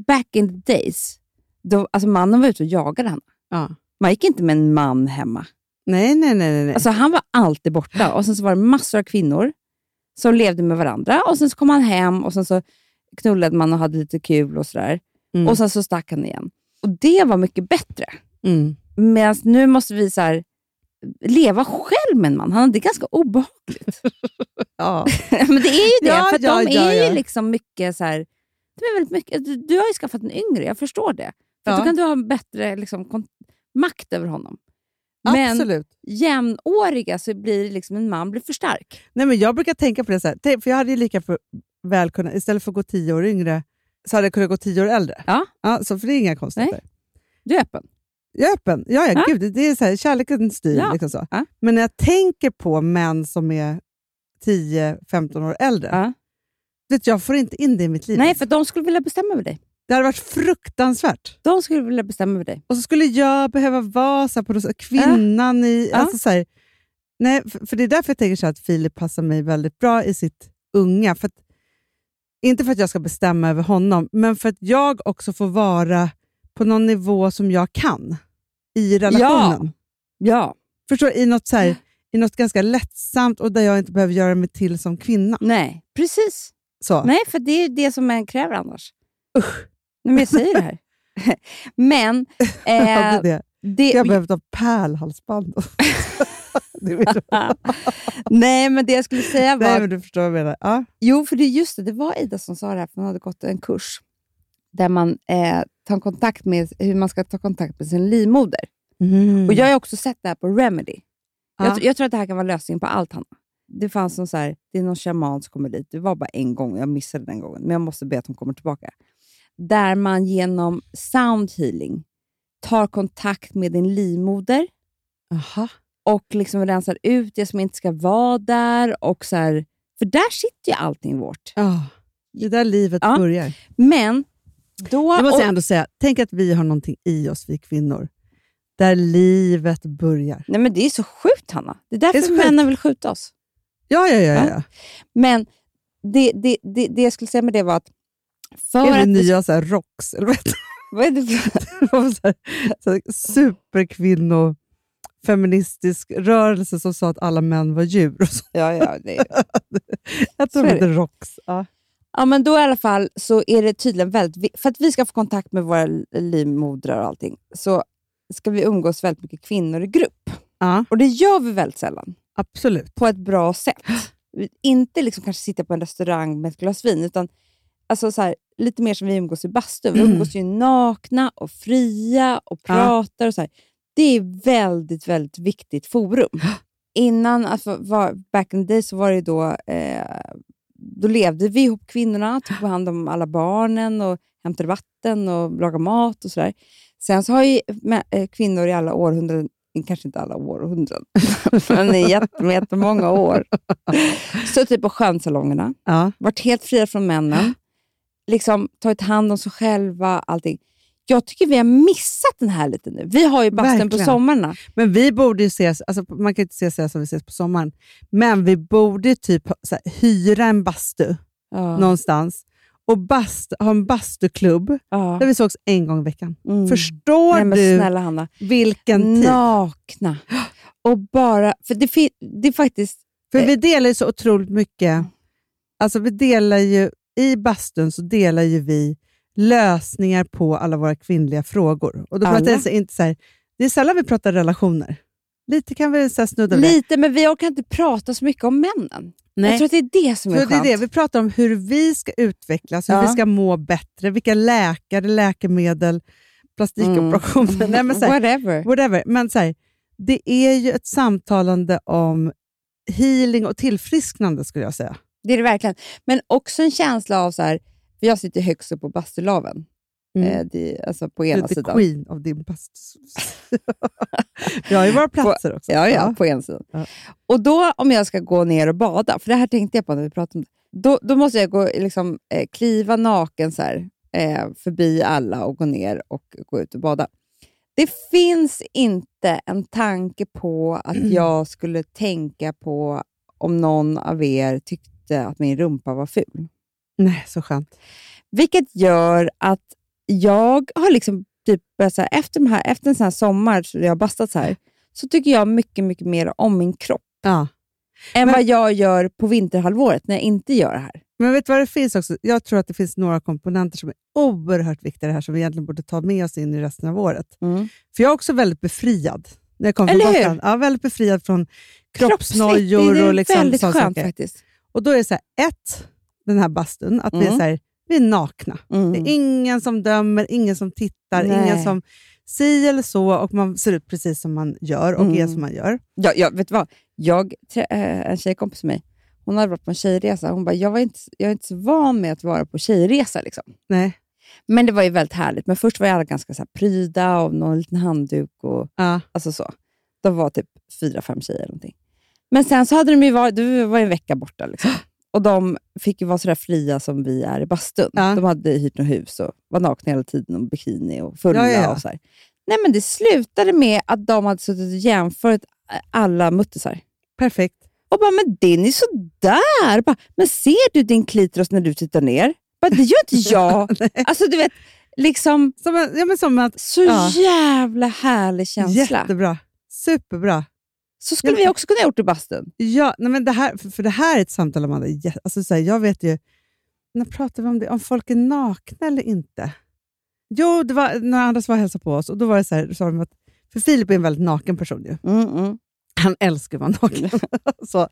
[SPEAKER 2] back in the days, då, alltså mannen var ute och jagade henne.
[SPEAKER 3] Ja.
[SPEAKER 2] Man gick inte med en man hemma.
[SPEAKER 3] Nej, nej, nej. nej, nej.
[SPEAKER 2] Alltså han var alltid borta och sen så var det massor av kvinnor som levde med varandra och sen så kom han hem och sen så knullade man och hade lite kul och sådär.
[SPEAKER 3] Mm.
[SPEAKER 2] Och sen så stack han igen. Och det var mycket bättre.
[SPEAKER 3] mm.
[SPEAKER 2] Medan nu måste vi så här, leva själv med en man. Han- Det är ganska obehagligt.
[SPEAKER 3] ja.
[SPEAKER 2] Men det är ju det,
[SPEAKER 3] Ja,
[SPEAKER 2] för att
[SPEAKER 3] ja,
[SPEAKER 2] de
[SPEAKER 3] ja,
[SPEAKER 2] är
[SPEAKER 3] ja.
[SPEAKER 2] ju liksom mycket så här, de är väldigt mycket, du, du har ju skaffat en yngre, jag förstår det. För att
[SPEAKER 3] Ja.
[SPEAKER 2] då kan du ha en bättre liksom, kon- makt över honom. Men
[SPEAKER 3] Absolut.
[SPEAKER 2] jämnåriga så blir det liksom en man blir för stark.
[SPEAKER 3] Nej, men jag brukar tänka på det så här, Tänk- för jag hade ju lika för, väl kunnat, istället för att gå tio år yngre, så hade jag kunnat gå tio år äldre.
[SPEAKER 2] Ja.
[SPEAKER 3] så för det är inga konstigheter.
[SPEAKER 2] Du är öppen.
[SPEAKER 3] Jag är öppen. Ja, ja,
[SPEAKER 2] Ja.
[SPEAKER 3] Gud, det- det är så här, kärleken styr.
[SPEAKER 2] Ja.
[SPEAKER 3] Liksom så.
[SPEAKER 2] Ja.
[SPEAKER 3] Men när jag tänker på män som är 10-15 år äldre,
[SPEAKER 2] Ja.
[SPEAKER 3] vet, du, jag får inte in det i mitt liv.
[SPEAKER 2] Nej, för de skulle vilja bestämma över dig.
[SPEAKER 3] Det hade varit fruktansvärt.
[SPEAKER 2] De skulle vilja bestämma över dig.
[SPEAKER 3] Och så skulle jag behöva vara så här, på något sätt, kvinnan i...
[SPEAKER 2] Ja.
[SPEAKER 3] Alltså, så här, nej, för, för Det är därför jag tänker så här att Filip passar mig väldigt bra i sitt unga. För att, inte för att jag ska bestämma över honom, men för att jag också får vara på någon nivå som jag kan i relationen.
[SPEAKER 2] Ja.
[SPEAKER 3] Förstår du? I något, så här, I något ganska lättsamt och där jag inte behöver göra mig till som kvinna.
[SPEAKER 2] Nej, precis.
[SPEAKER 3] Så.
[SPEAKER 2] Nej, för det är det som män kräver annars. Nej, men jag säger det här. men,
[SPEAKER 3] Ja,
[SPEAKER 2] eh,
[SPEAKER 3] det är det.
[SPEAKER 2] det,
[SPEAKER 3] Jag behöver ha pärlhalsband. det vill jag.
[SPEAKER 2] Ah. nej, men det jag skulle säga var
[SPEAKER 3] Nej, men du förstår vad jag menar. Ja.
[SPEAKER 2] Jo, för det är just det. Det var Ida som sa det här, för hon hade gått en kurs där man eh, tar kontakt med hur man ska ta kontakt med sin livmoder. Och jag har ju också sett det här på Remedy. Jag,
[SPEAKER 3] Ja.
[SPEAKER 2] tr- jag tror att det här kan vara lösningen på allt, Hanna. Det fanns någon så här, det är någon shaman som kommer dit. Det var bara en gång, jag missade den gången, men jag måste be att hon kommer tillbaka. Där man genom sound healing tar kontakt med din livmoder
[SPEAKER 3] Aha.
[SPEAKER 2] och liksom rensar ut det som inte ska vara där. Och så här, för där sitter ju allting vårt.
[SPEAKER 3] Ja, det är där livet
[SPEAKER 2] Ja.
[SPEAKER 3] börjar.
[SPEAKER 2] Men då...
[SPEAKER 3] Det måste
[SPEAKER 2] och-
[SPEAKER 3] jag ändå säga. Tänk att vi har någonting i oss, vi kvinnor, där livet börjar.
[SPEAKER 2] nej men det är så sjukt, Hanna. Det är därför
[SPEAKER 3] Det är så sjukt.
[SPEAKER 2] männen vill skjuta oss.
[SPEAKER 3] Ja, ja, ja.
[SPEAKER 2] Ja.
[SPEAKER 3] ja.
[SPEAKER 2] Men det, det, det, det jag skulle säga med det var att... För
[SPEAKER 3] Är det
[SPEAKER 2] att vi-
[SPEAKER 3] nya så här, rocks? Eller vad heter
[SPEAKER 2] Vad är det för...
[SPEAKER 3] Superkvinno feministisk rörelse som sa att alla män var djur. Och så.
[SPEAKER 2] Ja, ja, det är...
[SPEAKER 3] Jag
[SPEAKER 2] Så
[SPEAKER 3] tror
[SPEAKER 2] är
[SPEAKER 3] det rocks. Ja.
[SPEAKER 2] ja, men då i alla fall så är det tydligen väldigt... vi- För att vi ska få kontakt med våra livmodrar och allting så ska vi umgås väldigt mycket kvinnor i grupp.
[SPEAKER 3] Ja,
[SPEAKER 2] Och det gör vi väldigt sällan,
[SPEAKER 3] absolut.
[SPEAKER 2] på ett bra sätt. Vi- Inte liksom kanske sitta på en restaurang med ett glas vin, utan alltså så här, lite mer som vi umgås i bastun. Vi
[SPEAKER 3] Mm.
[SPEAKER 2] umgås ju nakna och fria och
[SPEAKER 3] Ja.
[SPEAKER 2] pratar. och så här. Det är väldigt, väldigt viktigt forum. Innan, alltså, var, back in the day, så var det ju då, eh, då levde vi ihop kvinnorna, tog hand om alla barnen och hämtade vatten och lagade mat och sådär. Sen så har ju mä- eh, kvinnor i alla århundraden, kanske inte alla århundraden, men i jätte- med jättemånga år, suttit på skönsalongerna,
[SPEAKER 3] Ja.
[SPEAKER 2] varit helt fria från männen, liksom tagit hand om sig själva, allting. Jag tycker vi har missat den här lite nu. Vi har ju bastun på
[SPEAKER 3] Verkligen.
[SPEAKER 2] sommarna.
[SPEAKER 3] Men vi borde ju ses, alltså man kan inte ses så här som vi ses på sommaren, men vi borde ju typ ha- så här, hyra en bastu
[SPEAKER 2] Ja.
[SPEAKER 3] någonstans och bast, ha en bastuklubb
[SPEAKER 2] Ja.
[SPEAKER 3] där vi sågs en gång i veckan.
[SPEAKER 2] Mm.
[SPEAKER 3] Förstår
[SPEAKER 2] Nej, men
[SPEAKER 3] du
[SPEAKER 2] snälla Hanna.
[SPEAKER 3] vilken tid?
[SPEAKER 2] Nakna. Och bara, för det, fin- det är faktiskt...
[SPEAKER 3] För vi delar ju så otroligt
[SPEAKER 2] Mm.
[SPEAKER 3] mycket. Alltså vi delar ju, I bastun så delar ju vi lösningar på alla våra kvinnliga frågor. Och då
[SPEAKER 2] Alla?
[SPEAKER 3] pratar jag så, inte så här, det är sällan vi pratar relationer. Lite kan vi så här snudda vid.
[SPEAKER 2] Lite, men vi orkar inte prata så mycket om männen. Jag tror att det är det som är
[SPEAKER 3] Så det är
[SPEAKER 2] skönt.
[SPEAKER 3] det, vi pratar om hur vi ska utvecklas, hur
[SPEAKER 2] Ja.
[SPEAKER 3] vi ska må bättre, vilka läkare, läkemedel, plastikoperationer,
[SPEAKER 2] Mm.
[SPEAKER 3] nej, men så här,
[SPEAKER 2] Whatever.
[SPEAKER 3] whatever. Men så här, det är ju ett samtalande om healing och tillfrisknande skulle jag säga.
[SPEAKER 2] Det är det verkligen. Men också en känsla av så här, för jag sitter högst upp på bastulaven. Eh, det, är- alltså på
[SPEAKER 3] Du
[SPEAKER 2] ena
[SPEAKER 3] är the
[SPEAKER 2] sidan.
[SPEAKER 3] queen av din pastus. jag har ju våra platser också.
[SPEAKER 2] Ja, ja, på ena sidan.
[SPEAKER 3] Ja.
[SPEAKER 2] Och då om jag ska gå ner och bada, för det här tänkte jag på när vi pratade om det. Då, då måste jag gå, liksom, eh, kliva naken så här, eh, förbi alla och gå ner och gå ut och bada. Det finns inte en tanke på att jag skulle tänka på om någon av er tyckte att min rumpa var ful.
[SPEAKER 3] Nej, så skönt.
[SPEAKER 2] Vilket gör att jag har liksom typ börjat så här, efter, de här, efter en sån här sommar, så jag har bastat så här, så tycker jag mycket, mycket mer om min kropp
[SPEAKER 3] Ja.
[SPEAKER 2] än
[SPEAKER 3] Men-
[SPEAKER 2] vad jag gör på vinterhalvåret när jag inte gör det här.
[SPEAKER 3] Men vet du vad det finns också? Jag tror att det finns några komponenter som är oerhört viktiga i det här som vi egentligen borde ta med oss in i resten av året. För jag är också väldigt befriad. När jag kom från
[SPEAKER 2] Eller hur?
[SPEAKER 3] Gotland. Ja, väldigt befriad från
[SPEAKER 2] Kroppsligt,
[SPEAKER 3] kroppsnojor
[SPEAKER 2] det är
[SPEAKER 3] och liksom
[SPEAKER 2] väldigt
[SPEAKER 3] sådana
[SPEAKER 2] skönt
[SPEAKER 3] saker.
[SPEAKER 2] faktiskt.
[SPEAKER 3] Och då är det så här, ett, den här bastun, att vi är
[SPEAKER 2] Mm.
[SPEAKER 3] så här, vi är nakna.
[SPEAKER 2] Mm.
[SPEAKER 3] Det är ingen som dömer, ingen som tittar,
[SPEAKER 2] Nej.
[SPEAKER 3] ingen som säger eller så och man ser ut precis som man gör och
[SPEAKER 2] Mm.
[SPEAKER 3] är som man gör.
[SPEAKER 2] Ja, ja, vet du vad? Jag, trä- eh, en tjejkompis till mig, hon hade varit på en tjejresa. Hon bara, jag, var inte, jag är inte så van med att vara på tjejresa. Liksom.
[SPEAKER 3] Nej.
[SPEAKER 2] Men det var ju väldigt härligt. Men först var ju alla ganska så här pryda av någon liten handduk och
[SPEAKER 3] Ja.
[SPEAKER 2] Alltså så. De var typ fyra, fem tjejer eller någonting. Men sen så hade de ju varit, du var ju en vecka borta. Liksom. Och de fick ju vara sådär fria som vi är i bastun.
[SPEAKER 3] Ja.
[SPEAKER 2] De hade hyrt något hus och var nakna hela tiden och bikini och fulla.
[SPEAKER 3] Ja, ja, ja.
[SPEAKER 2] Och så här. Nej, men det slutade med att de hade suttit och jämfört alla muttisar.
[SPEAKER 3] Perfekt.
[SPEAKER 2] Och bara, men din är sådär. Bara, men ser du din klitoris när du tittar ner? Bara, det gör inte jag. alltså du vet, liksom
[SPEAKER 3] Som, en- ja, men som att,
[SPEAKER 2] så
[SPEAKER 3] Ja.
[SPEAKER 2] jävla härlig känsla.
[SPEAKER 3] jättebra. Superbra.
[SPEAKER 2] Så skulle
[SPEAKER 3] Ja,
[SPEAKER 2] vi
[SPEAKER 3] men-
[SPEAKER 2] också kunna ha gjort i bastun.
[SPEAKER 3] Ja, nej men det här, för, för det här är ett samtal, Amanda. Ja, Alltså, så här, jag vet ju, när pratar vi om det? Om folk är nakna eller inte? Jo, det var några andra som var och hälsade på oss och då var det så här, sa de att, för Filip är en väldigt naken person ju.
[SPEAKER 2] Mm,
[SPEAKER 3] Han älskar att vara naken. så.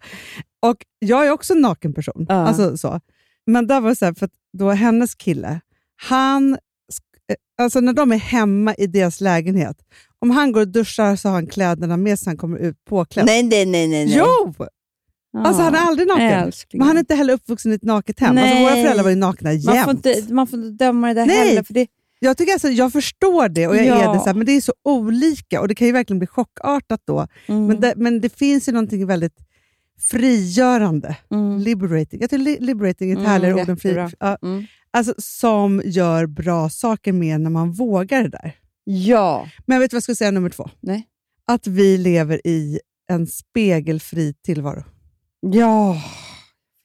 [SPEAKER 3] Och jag är också en naken person.
[SPEAKER 2] Ja.
[SPEAKER 3] Alltså, så. Men där var det så här, för att då hennes kille, han, sk- eh, alltså när de är hemma i deras lägenhet, om han går och duschar så har han kläderna med sig, han kommer ut påklädd.
[SPEAKER 2] Nej, nej, nej, nej.
[SPEAKER 3] Jo! Alltså han är aldrig naken.
[SPEAKER 2] Älskling.
[SPEAKER 3] Men han är inte heller uppvuxen i ett naket hem. Alltså,
[SPEAKER 2] Nej.
[SPEAKER 3] våra föräldrar var ju nakna jämt.
[SPEAKER 2] man, får inte, man får inte döma det där
[SPEAKER 3] Nej.
[SPEAKER 2] heller. För det,
[SPEAKER 3] Jag, tycker alltså, jag förstår det och jag
[SPEAKER 2] Ja.
[SPEAKER 3] är det, så här, men det är så olika och det kan ju verkligen bli chockartat då.
[SPEAKER 2] mm,
[SPEAKER 3] Men, det, men det finns ju någonting väldigt frigörande,
[SPEAKER 2] mm,
[SPEAKER 3] liberating. Jag tycker li, liberating är ett
[SPEAKER 2] Mm,
[SPEAKER 3] härligare ord än fri,
[SPEAKER 2] jättebra.
[SPEAKER 3] ja,
[SPEAKER 2] mm.
[SPEAKER 3] alltså, som gör bra saker med när man vågar det där.
[SPEAKER 2] Ja.
[SPEAKER 3] Men vet du vad jag skulle säga nummer två?
[SPEAKER 2] Nej.
[SPEAKER 3] Att vi lever i en spegelfri tillvaro.
[SPEAKER 2] Ja.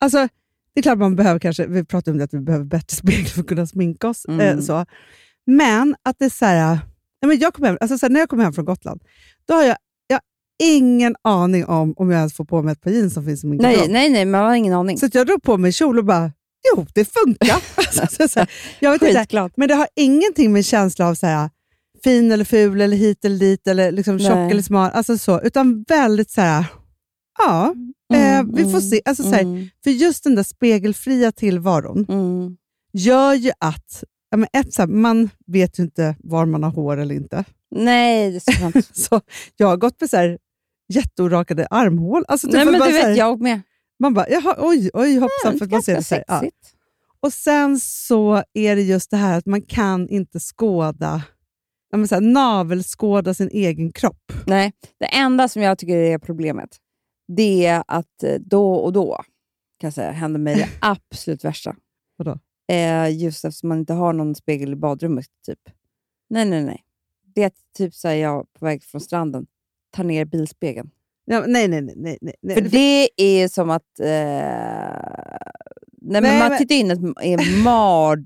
[SPEAKER 3] Alltså, det är klart man behöver kanske, vi pratade om det att vi behöver bättre spegel för att kunna sminka oss.
[SPEAKER 2] Mm.
[SPEAKER 3] Eh, så. Men att det är så här, nej, men jag kom hem, alltså så här, när jag kom hem från Gotland, då har jag, jag har ingen aning om om jag ens får på mig ett par jeans som finns i min garderob.
[SPEAKER 2] Nej, nej, nej, man har ingen aning.
[SPEAKER 3] Så att jag drog på mig kjol och bara, jo, det funkar. alltså, så, så här, jag vet inte,
[SPEAKER 2] Skitglad.
[SPEAKER 3] men det har ingenting med känsla av så här, fin eller ful, eller hit eller dit, eller liksom tjock
[SPEAKER 2] Nej.
[SPEAKER 3] eller smal, alltså så, utan väldigt så här, ja,
[SPEAKER 2] Mm,
[SPEAKER 3] eh, vi får
[SPEAKER 2] mm,
[SPEAKER 3] se. Alltså, så här,
[SPEAKER 2] Mm,
[SPEAKER 3] för just den där spegelfria tillvaron
[SPEAKER 2] mm,
[SPEAKER 3] gör ju att, ja, men ett, så här, man vet ju inte var man har hår eller inte.
[SPEAKER 2] nej, det är så sant.
[SPEAKER 3] Så jag har gått med så här jätteorakade armhål. Alltså, typ
[SPEAKER 2] nej,
[SPEAKER 3] att
[SPEAKER 2] men
[SPEAKER 3] bara
[SPEAKER 2] det
[SPEAKER 3] så här,
[SPEAKER 2] vet jag med.
[SPEAKER 3] Man bara, jaha, oj, oj, hoppsan. för att man ser
[SPEAKER 2] Ganska
[SPEAKER 3] det så här, ja.
[SPEAKER 2] sexigt.
[SPEAKER 3] Och sen så är det just det här att man kan inte skåda, ja, men så här, navelskåda sin egen kropp.
[SPEAKER 2] Nej, det enda som jag tycker är problemet, det är att eh, då och då kan jag säga, händer mig det absolut värsta.
[SPEAKER 3] Vadå?
[SPEAKER 2] Eh, just eftersom man inte har någon spegel i badrummet. typ. Nej, nej, nej. Det är typ så här, jag på väg från stranden tar ner bilspegeln.
[SPEAKER 3] Ja, nej, nej, nej, nej, nej. nej.
[SPEAKER 2] För det är som att... Eh, nej, men
[SPEAKER 3] Nej,
[SPEAKER 2] man
[SPEAKER 3] men-
[SPEAKER 2] tittar in i ett- i ett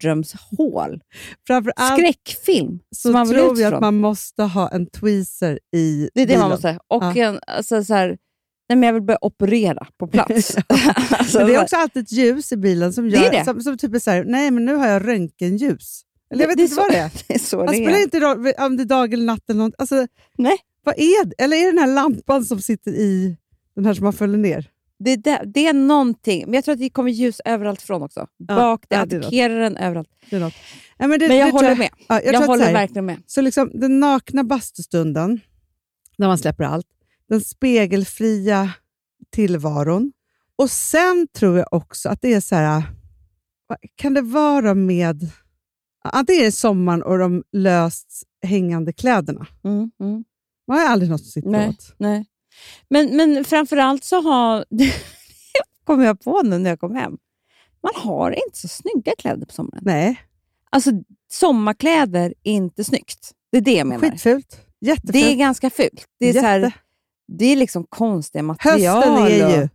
[SPEAKER 2] mardrömshål.
[SPEAKER 3] Framför allt
[SPEAKER 2] Skräckfilm.
[SPEAKER 3] så
[SPEAKER 2] man vill ut
[SPEAKER 3] tror jag att
[SPEAKER 2] från.
[SPEAKER 3] man måste ha en tweezer i
[SPEAKER 2] Det är det
[SPEAKER 3] bilen.
[SPEAKER 2] man måste säga. Och
[SPEAKER 3] Ja.
[SPEAKER 2] en, alltså, så här, nej, men jag vill börja operera på plats. alltså,
[SPEAKER 3] Men det är
[SPEAKER 2] så
[SPEAKER 3] också alltid ett ljus i bilen som,
[SPEAKER 2] Det
[SPEAKER 3] gör,
[SPEAKER 2] är det.
[SPEAKER 3] som, som typ är så här, nej men nu har jag röntgenljus. Eller jag
[SPEAKER 2] Det-
[SPEAKER 3] vet
[SPEAKER 2] det är
[SPEAKER 3] inte vad
[SPEAKER 2] så-
[SPEAKER 3] det är.
[SPEAKER 2] här, det är så
[SPEAKER 3] Han
[SPEAKER 2] det
[SPEAKER 3] spelar
[SPEAKER 2] är.
[SPEAKER 3] inte roll om det är dag eller natt eller något. Alltså,
[SPEAKER 2] Nej.
[SPEAKER 3] Vad är det? Eller är det den här lampan som sitter i den här som man följer ner?
[SPEAKER 2] Det, är där- det är någonting. Men jag tror att det kommer ljus överallt från också.
[SPEAKER 3] Ja,
[SPEAKER 2] Bak, det
[SPEAKER 3] ja, det är något.
[SPEAKER 2] attackerar den överallt.
[SPEAKER 3] Det är något. Nej, men, det,
[SPEAKER 2] Men jag
[SPEAKER 3] det tror
[SPEAKER 2] håller med.
[SPEAKER 3] Ja, jag
[SPEAKER 2] Jag,
[SPEAKER 3] tror att så
[SPEAKER 2] håller
[SPEAKER 3] här,
[SPEAKER 2] verkligen med.
[SPEAKER 3] Så liksom den nakna bastustunden, när man släpper allt, den spegelfria tillvaron. Och sen tror jag också att det är så här, äh, vad kan det vara med, antingen är det sommaren och de löst hängande kläderna.
[SPEAKER 2] Mm, mm,
[SPEAKER 3] Man har ju aldrig något att sitta
[SPEAKER 2] Nej.
[SPEAKER 3] åt.
[SPEAKER 2] nej. Men, men framförallt så har... kom jag på nu när jag kom hem. Man har inte så snygga kläder på sommaren.
[SPEAKER 3] Nej,
[SPEAKER 2] Alltså, sommarkläder är inte snyggt. Det är det jag menar.
[SPEAKER 3] skitfult. Jättefult.
[SPEAKER 2] Det är ganska fult. Det är, så här,
[SPEAKER 3] Jätte.
[SPEAKER 2] det är liksom konstiga material.
[SPEAKER 3] Hösten
[SPEAKER 2] och-
[SPEAKER 3] är ju,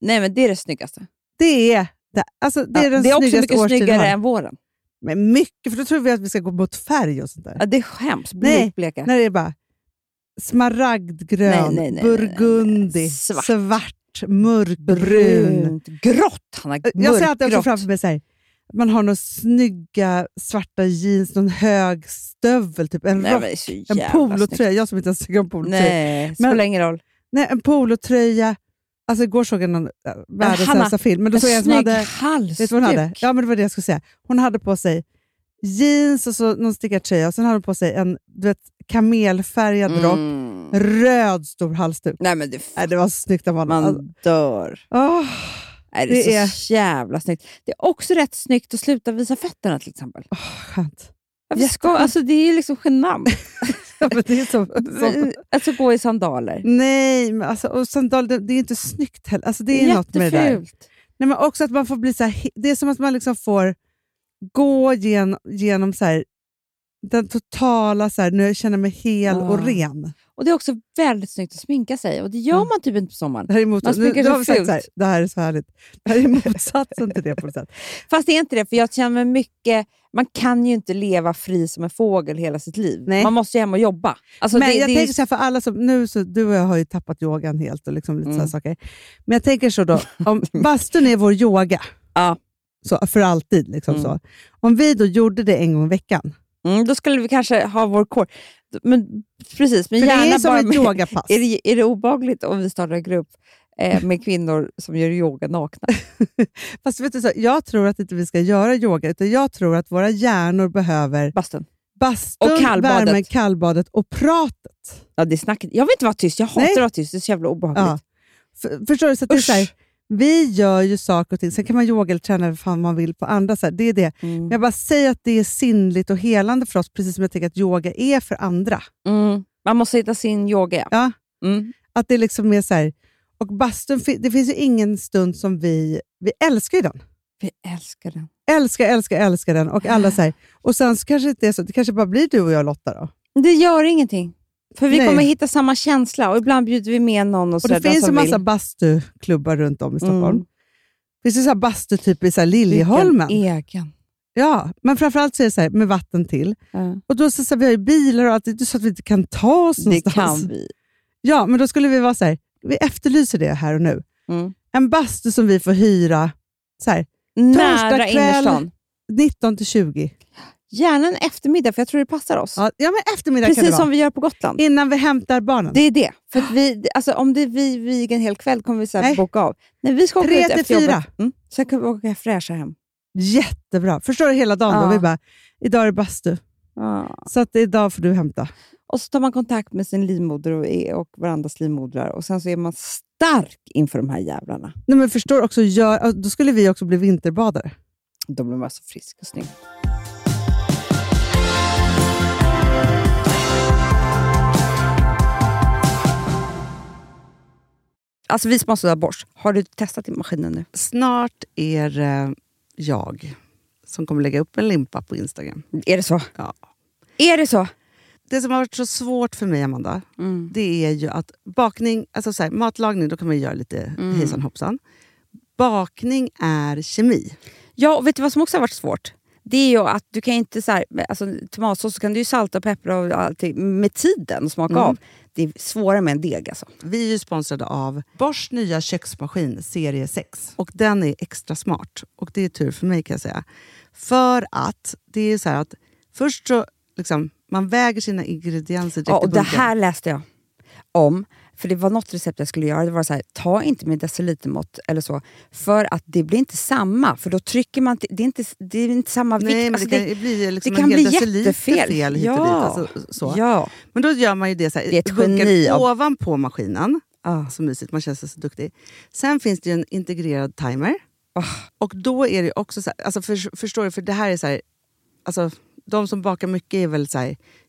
[SPEAKER 2] Nej, men det är det snyggaste.
[SPEAKER 3] det är, det, alltså, det är
[SPEAKER 2] Ja,
[SPEAKER 3] den
[SPEAKER 2] det är också
[SPEAKER 3] snyggaste
[SPEAKER 2] mycket
[SPEAKER 3] årstiden. vi
[SPEAKER 2] snyggare
[SPEAKER 3] har.
[SPEAKER 2] än våren.
[SPEAKER 3] Men mycket, för då tror vi att vi ska gå mot färg och sånt där.
[SPEAKER 2] Ja, det är skäms.
[SPEAKER 3] Nej,
[SPEAKER 2] Blekbleka.
[SPEAKER 3] När det är bara smaragdgrön,
[SPEAKER 2] Nej, nej, nej, nej, nej.
[SPEAKER 3] burgundy,
[SPEAKER 2] Svart.
[SPEAKER 3] svart, mörkbrun.
[SPEAKER 2] Brunt. Grått, Hanna.
[SPEAKER 3] Jag ser alltid också
[SPEAKER 2] Mörkgrått.
[SPEAKER 3] framför mig så här, man har några snygga svarta jeans, någon hög stövel, typ en
[SPEAKER 2] Nej, men
[SPEAKER 3] rock,
[SPEAKER 2] det är så jävla
[SPEAKER 3] en
[SPEAKER 2] snyggt.
[SPEAKER 3] polotröja. Jag som inte ens tycker om polotröja. Nej.
[SPEAKER 2] Nej, det spelar
[SPEAKER 3] Men-
[SPEAKER 2] ingen roll.
[SPEAKER 3] en polotröja. Alltså igår såg jag någon äh, världens
[SPEAKER 2] Hanna,
[SPEAKER 3] sämsta film, men då
[SPEAKER 2] En
[SPEAKER 3] såg jag en som
[SPEAKER 2] snygg
[SPEAKER 3] hade... Vet
[SPEAKER 2] halsduk.
[SPEAKER 3] du vad hon hade? Ja, men det var det jag skulle säga. Hon hade på sig jeans och så någon stickartröja och sen hade hon på sig en du vet, kamelfärgad rock,
[SPEAKER 2] Mm.
[SPEAKER 3] röd stor halsduk.
[SPEAKER 2] Nej, men det,
[SPEAKER 3] Nej, det var så snyggt av honom. Alltså,
[SPEAKER 2] man dör.
[SPEAKER 3] åh.
[SPEAKER 2] Nej, det,
[SPEAKER 3] det
[SPEAKER 2] är så jävla snyggt. Det är också rätt snyggt att sluta visa fötterna till exempel.
[SPEAKER 3] Åh, skönt.
[SPEAKER 2] Varför ska, alltså, det är ju liksom genant.
[SPEAKER 3] Ja, men det är så, så.
[SPEAKER 2] Alltså gå i sandaler.
[SPEAKER 3] Nej, men alltså, och sandaler, det, det är inte snyggt heller. Alltså, det är något med det där.
[SPEAKER 2] Jättefult.
[SPEAKER 3] Nej, men också att man får bli så här, he- det är som att man liksom får gå gen, genom så här, den totala, så här, nu känner jag mig hel
[SPEAKER 2] Ja.
[SPEAKER 3] och ren.
[SPEAKER 2] Och det är också väldigt snyggt att sminka sig och det gör
[SPEAKER 3] Mm.
[SPEAKER 2] man typ inte på sommaren.
[SPEAKER 3] Det här är mot,
[SPEAKER 2] Man
[SPEAKER 3] nu,
[SPEAKER 2] sminkar
[SPEAKER 3] nu
[SPEAKER 2] sig
[SPEAKER 3] har vi sagt
[SPEAKER 2] fult.
[SPEAKER 3] så här, det här är så härligt. Det här är motsatsen till det på något sätt.
[SPEAKER 2] Fast det är inte det, för jag känner mig mycket... Man kan ju inte leva fri som en fågel hela sitt liv.
[SPEAKER 3] Nej.
[SPEAKER 2] Man måste ju hem och jobba. Alltså,
[SPEAKER 3] men
[SPEAKER 2] det,
[SPEAKER 3] jag
[SPEAKER 2] det är-
[SPEAKER 3] tänker så här, för alla som, nu så, du och jag har ju tappat yogan helt och liksom lite så
[SPEAKER 2] Mm.
[SPEAKER 3] här saker. Men jag tänker så då, om bastun är vår yoga.
[SPEAKER 2] Ja.
[SPEAKER 3] Så, för alltid. Liksom
[SPEAKER 2] Mm.
[SPEAKER 3] så. Om vi då gjorde det en gång i veckan.
[SPEAKER 2] mm, då skulle vi kanske ha vår kår. Men, precis, men
[SPEAKER 3] För det
[SPEAKER 2] gärna
[SPEAKER 3] är som
[SPEAKER 2] bara...
[SPEAKER 3] ett
[SPEAKER 2] med-
[SPEAKER 3] yogapass.
[SPEAKER 2] är, det, är det obagligt om vi startar en grupp eh, med kvinnor som gör yoga nakna?
[SPEAKER 3] Fast vet du, så, jag tror att inte vi ska göra yoga, utan jag tror att våra hjärnor behöver
[SPEAKER 2] Bastun.
[SPEAKER 3] bastun,
[SPEAKER 2] Och kallbadet.
[SPEAKER 3] värmen, kallbadet och pratet.
[SPEAKER 2] Ja, det är snacket. Jag vill inte vara tyst. Jag hatar
[SPEAKER 3] Nej.
[SPEAKER 2] att vara tyst. Det är så jävla obehagligt.
[SPEAKER 3] Ja. F- förstår du? Så att det är så här,
[SPEAKER 2] Usch.
[SPEAKER 3] vi gör ju saker och ting, sen kan man yoga eller träna vad fan man vill på andra sätt. Det är det.
[SPEAKER 2] Mm.
[SPEAKER 3] Men Jag bara säger att det är sinnligt och helande för oss, precis som jag tänker att yoga är för andra.
[SPEAKER 2] Mm. Man måste hitta sin yoga.
[SPEAKER 3] Ja.
[SPEAKER 2] Mm.
[SPEAKER 3] Att det liksom är så här, och bastun, fi- det finns ju ingen stund som vi... Vi älskar ju den.
[SPEAKER 2] Vi älskar den.
[SPEAKER 3] Älskar, älskar, älskar den. Och alla så här, och sen så kanske det inte är så, det kanske bara blir du och jag Lotta då.
[SPEAKER 2] Det gör ingenting. För vi
[SPEAKER 3] Nej.
[SPEAKER 2] kommer hitta samma känsla och ibland bjuder vi med någon. Och,
[SPEAKER 3] Och
[SPEAKER 2] så
[SPEAKER 3] det
[SPEAKER 2] där, den
[SPEAKER 3] finns ju
[SPEAKER 2] som
[SPEAKER 3] massa
[SPEAKER 2] vill.
[SPEAKER 3] bastuklubbar runt om i Stockholm.
[SPEAKER 2] Mm.
[SPEAKER 3] Det finns ju så här bastu typ i så här
[SPEAKER 2] Vilken e-
[SPEAKER 3] Liljeholmen.
[SPEAKER 2] Egen.
[SPEAKER 3] Ja, men framförallt så är det så här, med vatten till.
[SPEAKER 2] Ja.
[SPEAKER 3] Och då så, så, här, vi har ju bilar och allt, det är så att vi inte kan ta oss
[SPEAKER 2] Det
[SPEAKER 3] någonstans.
[SPEAKER 2] kan vi.
[SPEAKER 3] Ja, men då skulle vi vara så här, vi efterlyser det här och nu.
[SPEAKER 2] Mm.
[SPEAKER 3] En bastu som vi får hyra så här,
[SPEAKER 2] Nära
[SPEAKER 3] kväll.
[SPEAKER 2] innerstan.
[SPEAKER 3] 19 till 20.
[SPEAKER 2] Gärna en eftermiddag, för jag tror det passar oss.
[SPEAKER 3] Ja, ja men eftermiddag kan det
[SPEAKER 2] Precis
[SPEAKER 3] vara.
[SPEAKER 2] som vi gör på Gotland.
[SPEAKER 3] Innan vi hämtar barnen.
[SPEAKER 2] Det är det. För att vi, alltså, om det är vi vig en hel kväll kommer vi så här
[SPEAKER 3] Nej.
[SPEAKER 2] boka av. Nej, vi ska åka
[SPEAKER 3] Tre
[SPEAKER 2] ut
[SPEAKER 3] till
[SPEAKER 2] efter jobbet.
[SPEAKER 3] fyra.
[SPEAKER 2] Mm. Sen kan vi åka fräscha hem.
[SPEAKER 3] Jättebra. Förstår du hela dagen
[SPEAKER 2] Ja.
[SPEAKER 3] då? Vi bara, idag är det bastu. Så att idag får du hämta.
[SPEAKER 2] Och så tar man kontakt med sin livmoder och, och varandras livmodrar och sen så är man stark inför de här jävlarna.
[SPEAKER 3] Nej, men förstår också, gör, då skulle vi också bli vinterbadare.
[SPEAKER 2] Då blir man så frisk och snygg. Alltså vi sponsrar Bors. Har du testat i maskinen nu?
[SPEAKER 3] Snart är eh, jag som kommer lägga upp en limpa på Instagram.
[SPEAKER 2] Är det så?
[SPEAKER 3] Ja.
[SPEAKER 2] Är det så?
[SPEAKER 3] Det som har varit så svårt för mig, Amanda, det är ju att bakning, alltså så här, matlagning, då kan man ju göra lite hejsan hoppsan. Bakning är kemi.
[SPEAKER 2] Ja, och vet du vad som också har varit svårt? Det är ju att du kan inte så här, alltså, tomatsås så kan du ju salta och peppra och allting med tiden och smaka av. Det är svårare med en deg alltså.
[SPEAKER 3] Vi är ju sponsrade av Bors nya köksmaskin serie 6. Och den är extra smart. Och det är tur för mig kan jag säga. För att det är så här att först så liksom, man väger sina ingredienser direkt
[SPEAKER 2] Ja,
[SPEAKER 3] i
[SPEAKER 2] och det
[SPEAKER 3] typ bunken.
[SPEAKER 2] här läste jag om. För det var något recept jag skulle göra. Det var så här, ta inte med decilitermått eller så. För att det blir inte samma. För då trycker man... till- Det är inte, det är inte samma vikt.
[SPEAKER 3] Nej, men
[SPEAKER 2] Alltså,
[SPEAKER 3] det kan ju bli liksom
[SPEAKER 2] det kan
[SPEAKER 3] en hel
[SPEAKER 2] bli
[SPEAKER 3] deciliter
[SPEAKER 2] jättefel.
[SPEAKER 3] fel hit och dit.
[SPEAKER 2] Ja.
[SPEAKER 3] Alltså, så.
[SPEAKER 2] Ja.
[SPEAKER 3] Men då gör man ju det så här,
[SPEAKER 2] Det är ett
[SPEAKER 3] i bunkern
[SPEAKER 2] geni av-
[SPEAKER 3] ovanpå maskinen.
[SPEAKER 2] Ah.
[SPEAKER 3] Så mysigt, man känns så duktig. Sen finns det ju en integrerad timer.
[SPEAKER 2] Ah.
[SPEAKER 3] Och då är det ju också så här, alltså för, förstår du, för det här är så här, alltså de som bakar mycket är väl så här,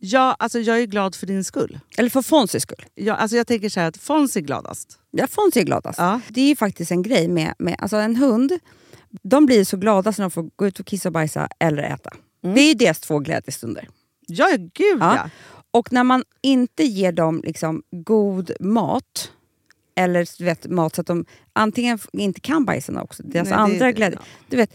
[SPEAKER 3] Ja, alltså jag är glad för din skull.
[SPEAKER 2] Eller för Fonzys skull.
[SPEAKER 3] Jag, alltså jag tänker så här att Fons är gladast.
[SPEAKER 2] Ja, Fonzie är gladast.
[SPEAKER 3] Ja.
[SPEAKER 2] alltså. Det är ju faktiskt en grej med, med alltså en hund. De blir så glada när de får gå ut och kissa och bajsa eller äta.
[SPEAKER 3] Mm.
[SPEAKER 2] Det är ju deras två glädjestunder.
[SPEAKER 3] Ja, gud
[SPEAKER 2] Ja.
[SPEAKER 3] ja.
[SPEAKER 2] Och när man inte ger dem liksom god mat, eller du vet, mat så att de antingen f- inte kan bajsa också, deras
[SPEAKER 3] Nej, det-
[SPEAKER 2] andra
[SPEAKER 3] det-
[SPEAKER 2] glädje.
[SPEAKER 3] ja.
[SPEAKER 2] Du vet,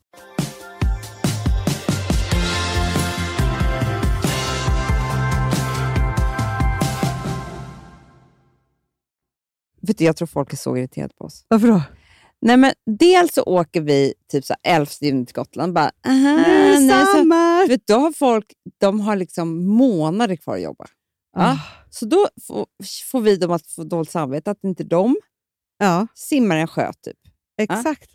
[SPEAKER 2] Vet du, jag tror folk är så irriterade på oss.
[SPEAKER 3] Varför då?
[SPEAKER 2] Nej, men dels så åker vi typ så här 11 juni till Gotland. Bara, aha,
[SPEAKER 3] Nu är det
[SPEAKER 2] Mm, nej, så,
[SPEAKER 3] sommar!
[SPEAKER 2] vet, du, då har folk de har liksom månader kvar att jobba.
[SPEAKER 3] Ah.
[SPEAKER 2] Ja. Så då får, får vi dem att få dåligt samvete att inte de
[SPEAKER 3] Ja,
[SPEAKER 2] simmar i en sjö typ.
[SPEAKER 3] exakt.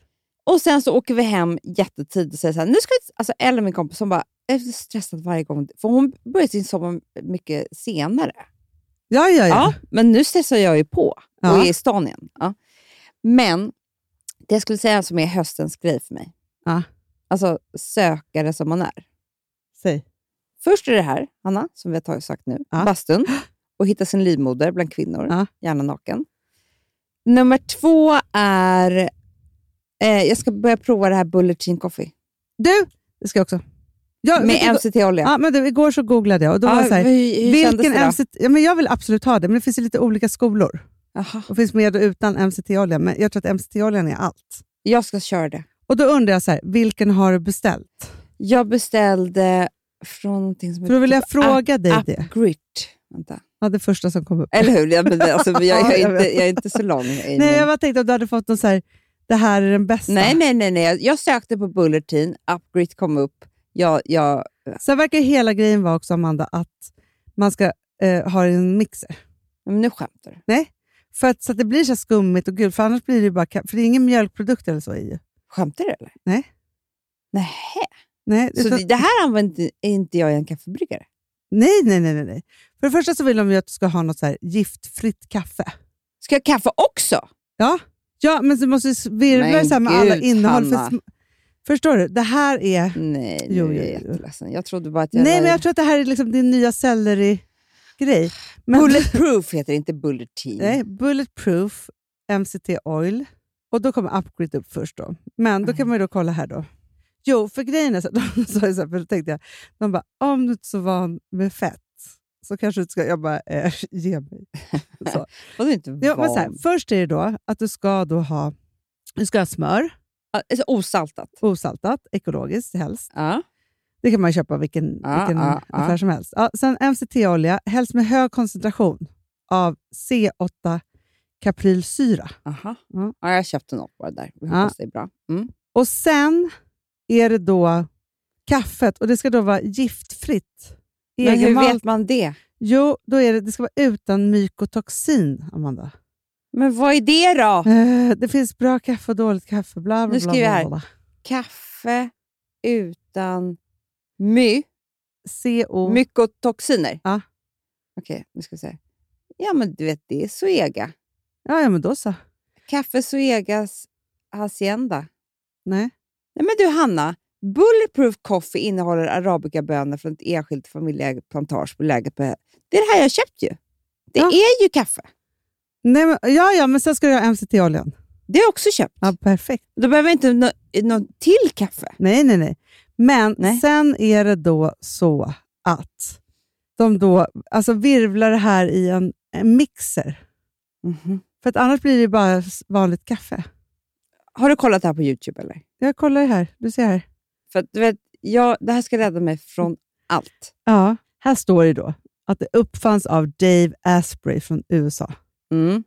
[SPEAKER 2] Och sen så åker vi hem jättetidigt och säger så här, nu ska vi... Alltså Ellen, min kompis, hon bara, jag är så stressad varje gång. För hon börjar sin sommar mycket senare.
[SPEAKER 3] Ja, Ah, ja, ja.
[SPEAKER 2] Ja, men nu stressar jag ju på och
[SPEAKER 3] Ja.
[SPEAKER 2] är i stan igen. Ja. Men det jag skulle säga som är höstens grej för mig,
[SPEAKER 3] Ja.
[SPEAKER 2] alltså sökare som man är.
[SPEAKER 3] Säg.
[SPEAKER 2] Först är det här, Hanna, som vi har tagit sagt nu,
[SPEAKER 3] Ja.
[SPEAKER 2] bastun och hitta sin livmoder bland kvinnor,
[SPEAKER 3] Ja.
[SPEAKER 2] gärna naken. Nummer två är, eh, jag ska börja prova det här Bullet Gin Coffee
[SPEAKER 3] Du, det ska jag också. Ja, vet du-
[SPEAKER 2] med MCT-olja.
[SPEAKER 3] ja, men du, igår så googlade jag och då var jag så här,
[SPEAKER 2] hur, hur
[SPEAKER 3] vilken
[SPEAKER 2] kändes det
[SPEAKER 3] MCT, ja, men jag vill absolut ha det, men det finns ju lite olika skolor.
[SPEAKER 2] då? Jaha.
[SPEAKER 3] Det finns med och utan MCT-olja, men jag tror att MCT-oljan är allt.
[SPEAKER 2] Jag ska köra det.
[SPEAKER 3] Och då undrar jag, så här, vilken har du beställt?
[SPEAKER 2] Jag beställde från någonting som
[SPEAKER 3] För då vill jag
[SPEAKER 2] heter-
[SPEAKER 3] fråga dig
[SPEAKER 2] App-
[SPEAKER 3] det.
[SPEAKER 2] Appgrit. Vänta.
[SPEAKER 3] Ja, det första som kom upp.
[SPEAKER 2] Eller hur? Ja, men det, alltså, jag, jag, är
[SPEAKER 3] Ja, jag
[SPEAKER 2] inte,
[SPEAKER 3] vet.
[SPEAKER 2] jag är inte så lång. i
[SPEAKER 3] Nej,
[SPEAKER 2] min-
[SPEAKER 3] jag bara tänkte om du hade fått någon så här, det här är den bästa.
[SPEAKER 2] nej, nej, nej, nej. Jag sökte på Bulletin, Upgrit kom upp. Jag, jag,
[SPEAKER 3] Sen verkar hela grejen vara också, Amanda, att man ska eh, ha en mixer.
[SPEAKER 2] men nu skämtar du.
[SPEAKER 3] För att, så att det blir så här skummigt och gult, för annars blir det ju bara, ka- för det är ingen mjölkprodukt eller så i. ju.
[SPEAKER 2] Skämtar du eller?
[SPEAKER 3] Nej.
[SPEAKER 2] Nej.
[SPEAKER 3] Nej,
[SPEAKER 2] Så
[SPEAKER 3] utan-
[SPEAKER 2] det, det här använder inte jag i en kaffebryggare?
[SPEAKER 3] Nej, nej, nej. nej, nej. För det första så vill de ju att du ska ha något så här giftfritt kaffe.
[SPEAKER 2] Ska jag ha kaffe också?
[SPEAKER 3] Ja, ja men du måste ju virvla
[SPEAKER 2] Men
[SPEAKER 3] det så här med alla
[SPEAKER 2] gud,
[SPEAKER 3] innehåll. För
[SPEAKER 2] Hanna.
[SPEAKER 3] sm- Förstår du? Det här är...
[SPEAKER 2] Nej, nu
[SPEAKER 3] Jo,
[SPEAKER 2] är
[SPEAKER 3] jo,
[SPEAKER 2] jag
[SPEAKER 3] jo.
[SPEAKER 2] jätteledsen. Jag trodde bara att jag...
[SPEAKER 3] Nej, men jag tror att det här är liksom din nya selleri-grej. Men-
[SPEAKER 2] Bulletproof heter det, inte Bulletin.
[SPEAKER 3] Nej, Bulletproof, MCT Oil. Och då kommer Upgrade upp först. då. Men då kan man ju då kolla här då. Jo, för grejen är så de sa ju så här, för då tänkte jag, de bara, om du inte är så van med fett så kanske du inte ska, jag bara, eh, ge mig. Så.
[SPEAKER 2] Var du inte
[SPEAKER 3] Ja, men
[SPEAKER 2] van?
[SPEAKER 3] så här, först är det då att du ska då ha du ska ha smör,
[SPEAKER 2] Alltså, osaltat.
[SPEAKER 3] osaltat, ekologiskt helst.
[SPEAKER 2] Ja.
[SPEAKER 3] Det kan man köpa vilken,
[SPEAKER 2] Ja,
[SPEAKER 3] vilken
[SPEAKER 2] ja, ja.
[SPEAKER 3] affär som helst. Ja, sen MCT-olja, helst med hög koncentration av C8-kaprilsyra.
[SPEAKER 2] Aha.
[SPEAKER 3] Ja.
[SPEAKER 2] Ja, jag köpte något bara där. Vi
[SPEAKER 3] Mm. Ja.
[SPEAKER 2] hoppas det är bra. Mm.
[SPEAKER 3] Och sen är det då kaffet och det ska då vara giftfritt.
[SPEAKER 2] Men hur
[SPEAKER 3] Egenvalt.
[SPEAKER 2] vet man det?
[SPEAKER 3] Jo, då är det, det ska vara utan mykotoxin, Amanda.
[SPEAKER 2] Men vad är det då?
[SPEAKER 3] Eh, det finns bra kaffe och dåligt kaffe. Bla, bla,
[SPEAKER 2] Nu
[SPEAKER 3] bla,
[SPEAKER 2] skriver jag
[SPEAKER 3] bla,
[SPEAKER 2] här.
[SPEAKER 3] bla, bla.
[SPEAKER 2] Kaffe utan my,
[SPEAKER 3] CO...
[SPEAKER 2] mykotoxiner.
[SPEAKER 3] Mm. Ja.
[SPEAKER 2] Okej, nu ska vi se. Ja, men du vet, det är Zoega.
[SPEAKER 3] Ja, ja, men då så.
[SPEAKER 2] Kaffe Zoegas Hacienda.
[SPEAKER 3] Nej.
[SPEAKER 2] Nej, men du Hanna, Bulletproof Coffee innehåller arabikabönor från ett enskilt familjeägt plantage på läget på... Det är det här jag köpt ju. Det
[SPEAKER 3] Ja.
[SPEAKER 2] är ju kaffe.
[SPEAKER 3] Nej men, ja, ja, men sen ska du ha MCT-oljan.
[SPEAKER 2] Det har jag också köpt.
[SPEAKER 3] Ja, perfekt.
[SPEAKER 2] Då behöver jag inte nå nå till kaffe.
[SPEAKER 3] Nej, nej, nej. Men
[SPEAKER 2] Nej.
[SPEAKER 3] sen är det då så att de då alltså virvlar det här i en, en mixer.
[SPEAKER 2] Mhm.
[SPEAKER 3] För att annars blir det bara s- vanligt kaffe.
[SPEAKER 2] Har du kollat det här på Youtube eller?
[SPEAKER 3] Jag kollar ju här. Du ser här.
[SPEAKER 2] För att, du vet, jag, det här ska rädda mig från allt.
[SPEAKER 3] Ja, här står det då att det uppfanns av Dave Asprey från USA.
[SPEAKER 2] Mm.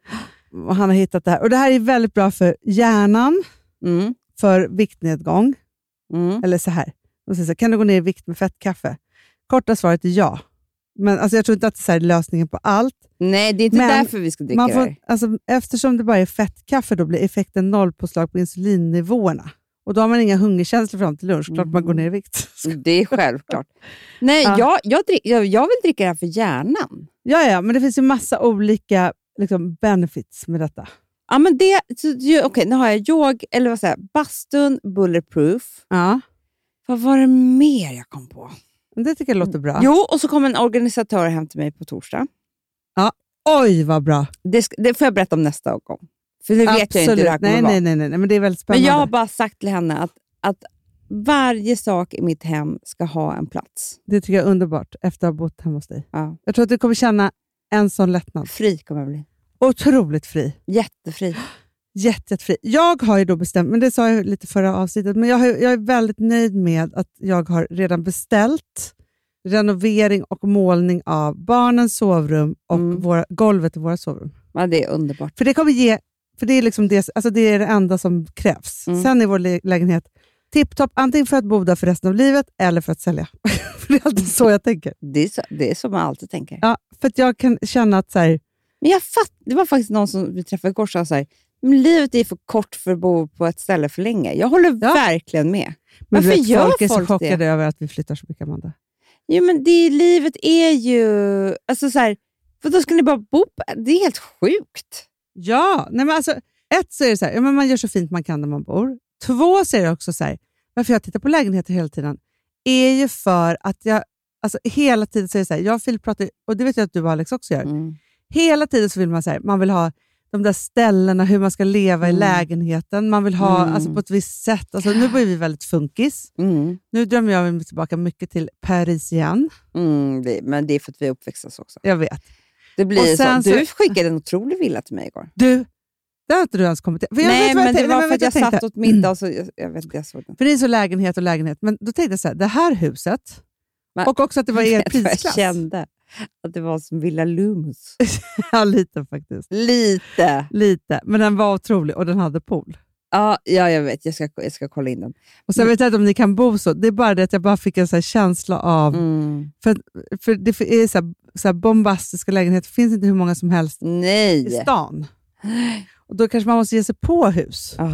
[SPEAKER 3] Och han har hittat det här. Och Det här är väldigt bra för hjärnan,
[SPEAKER 2] Mm.
[SPEAKER 3] för viktnedgång.
[SPEAKER 2] Mm.
[SPEAKER 3] Eller så här. De säger så här, kan du gå ner i vikt med fettkaffe? Korta svaret är ja. Men alltså, jag tror inte att det är så här är lösningen på allt.
[SPEAKER 2] Nej, det är inte
[SPEAKER 3] Men
[SPEAKER 2] därför vi ska dricka
[SPEAKER 3] Man
[SPEAKER 2] det
[SPEAKER 3] får,
[SPEAKER 2] här.
[SPEAKER 3] alltså, eftersom det bara är fettkaffe då blir effekten nollpåslag på insulinnivåerna. Och då har man inga hungerkänslor fram till lunch. Klart man går ner i vikt.
[SPEAKER 2] Det är självklart. Nej,
[SPEAKER 3] Ja.
[SPEAKER 2] jag, jag, drick, jag, jag vill dricka det här för hjärnan.
[SPEAKER 3] Ja, ja, men det finns ju massa olika liksom, benefits med detta.
[SPEAKER 2] Ja, men det, så- ju- okej, nu har jag yog, eller vad säger jag, bastun, bulletproof.
[SPEAKER 3] Ja,
[SPEAKER 2] Vad var det mer jag kom på?
[SPEAKER 3] men det tycker jag låter bra.
[SPEAKER 2] Jo, och så kom en organisatör hem till mig på torsdag.
[SPEAKER 3] Oj, vad bra!
[SPEAKER 2] Det, sk- det får jag berätta om nästa gång. För nu vet jag inte hur det här kommer
[SPEAKER 3] nej,
[SPEAKER 2] vara.
[SPEAKER 3] nej, nej, nej, nej, men det är väldigt
[SPEAKER 2] Men
[SPEAKER 3] spännande.
[SPEAKER 2] jag har bara sagt till henne att, att varje sak i mitt hem ska ha en plats.
[SPEAKER 3] Det tycker jag är underbart efter att ha bott hemma hos dig.
[SPEAKER 2] Ja.
[SPEAKER 3] Jag tror att du kommer känna en sån lättnad.
[SPEAKER 2] Fri kommer jag bli.
[SPEAKER 3] Otroligt fri.
[SPEAKER 2] Jättefri.
[SPEAKER 3] Jätte, jättefri. Jag har ju då bestämt, men det sa jag ju lite förra avsnittet, men jag, har, ju- jag är väldigt nöjd med att jag har redan beställt renovering och målning av barnens sovrum och
[SPEAKER 2] Mm.
[SPEAKER 3] våra, golvet i våra sovrum.
[SPEAKER 2] Ja, det är underbart.
[SPEAKER 3] För det kommer ge, för det är, liksom det, alltså det, är det enda som krävs.
[SPEAKER 2] Mm.
[SPEAKER 3] Sen är vår lä- lägenhet tipptopp, antingen för att bo där för resten av livet eller för att sälja. för det är alltid så jag tänker.
[SPEAKER 2] Det är, så, det är som man alltid tänker.
[SPEAKER 3] Ja, för att jag kan känna att så här,
[SPEAKER 2] Men jag fatt, Det var faktiskt någon som vi träffade igår som sa så här, "Men livet är för kort för att bo på ett ställe för länge. Jag håller
[SPEAKER 3] Ja.
[SPEAKER 2] verkligen med.
[SPEAKER 3] men du
[SPEAKER 2] Varför
[SPEAKER 3] vet,
[SPEAKER 2] gör
[SPEAKER 3] folk är så
[SPEAKER 2] folk det?
[SPEAKER 3] chockade över att vi flyttar så mycket, Amanda.
[SPEAKER 2] Jo, men det, livet är ju... Alltså så här, för då ska ni bara bo på... Det är helt sjukt.
[SPEAKER 3] Ja, nej men alltså, ett så är det så här, ja, men man gör så fint man kan där man bor. Två så är det också så här, varför jag tittar på lägenheter hela tiden är ju för att jag alltså, hela tiden säger så här, jag och Filip pratar, ju- och det vet jag att du och Alex också gör, Hela tiden så vill man, så här, man vill ha de där ställena, hur man ska leva i
[SPEAKER 2] Mm.
[SPEAKER 3] lägenheten. Man vill ha
[SPEAKER 2] Mm.
[SPEAKER 3] alltså, på ett visst sätt. Alltså, nu börjar vi väldigt funkis.
[SPEAKER 2] Mm.
[SPEAKER 3] Nu drömmer jag mig tillbaka mycket till Paris igen.
[SPEAKER 2] Mm, det, men det är för att vi är uppväxta så också.
[SPEAKER 3] Jag vet.
[SPEAKER 2] Det
[SPEAKER 3] Och
[SPEAKER 2] blir
[SPEAKER 3] sen
[SPEAKER 2] så.
[SPEAKER 3] så-
[SPEAKER 2] Du skickade en otrolig villa till mig igår.
[SPEAKER 3] Du, det har inte du ens kommit till. För jag
[SPEAKER 2] Nej,
[SPEAKER 3] vet vad
[SPEAKER 2] men det
[SPEAKER 3] tänkte-
[SPEAKER 2] var för
[SPEAKER 3] nej, men
[SPEAKER 2] att jag,
[SPEAKER 3] vet vad
[SPEAKER 2] satt
[SPEAKER 3] tänkte.
[SPEAKER 2] åt middag och så... Jag, jag vet inte, jag såg den.
[SPEAKER 3] För det är så lägenhet och lägenhet. Men då tänkte jag så här, det här huset
[SPEAKER 2] Men-
[SPEAKER 3] och också att det var er
[SPEAKER 2] Vet du vad Jag
[SPEAKER 3] prisklass.
[SPEAKER 2] kände att det var som Villa Lumus.
[SPEAKER 3] ja, lite faktiskt.
[SPEAKER 2] Lite.
[SPEAKER 3] Lite. Men den var otrolig och den hade pool.
[SPEAKER 2] Ja, ja jag vet. Jag ska, jag ska kolla in den.
[SPEAKER 3] Och
[SPEAKER 2] Mm.
[SPEAKER 3] sen vet jag inte om ni kan bo så. Det är bara det att jag bara fick en så här känsla av
[SPEAKER 2] Mm.
[SPEAKER 3] För, att- för det är så här, så här bombastiska lägenheter, finns inte hur många som helst i
[SPEAKER 2] Nej!
[SPEAKER 3] stan. Och då kanske man måste ge sig på hus.
[SPEAKER 2] Ah.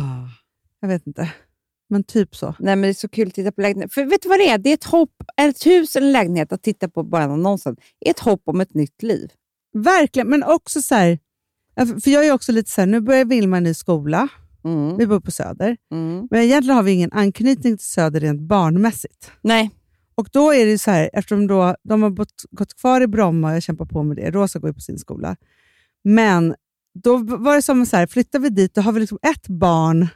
[SPEAKER 3] Jag vet inte. Men typ så.
[SPEAKER 2] Nej, men det är så kul att titta på lägenheter. För vet du vad det är? Det är ett hopp, ett hus eller en lägenhet att titta på bara annonsen. Det är ett hopp om ett nytt liv.
[SPEAKER 3] Verkligen, men också så här, för jag är också lite så här, nu börjar Vilma en ny skola,
[SPEAKER 2] Mm.
[SPEAKER 3] vi bor på Söder,
[SPEAKER 2] Mm.
[SPEAKER 3] men egentligen har vi ingen anknytning till Söder rent barnmässigt.
[SPEAKER 2] Nej.
[SPEAKER 3] Och då är det ju så här, eftersom då, de har bott, gått kvar i Bromma och jag kämpar på med det. Rosa går ju på sin skola. Men då var det som så här, flyttar vi dit, då har vi liksom ett barn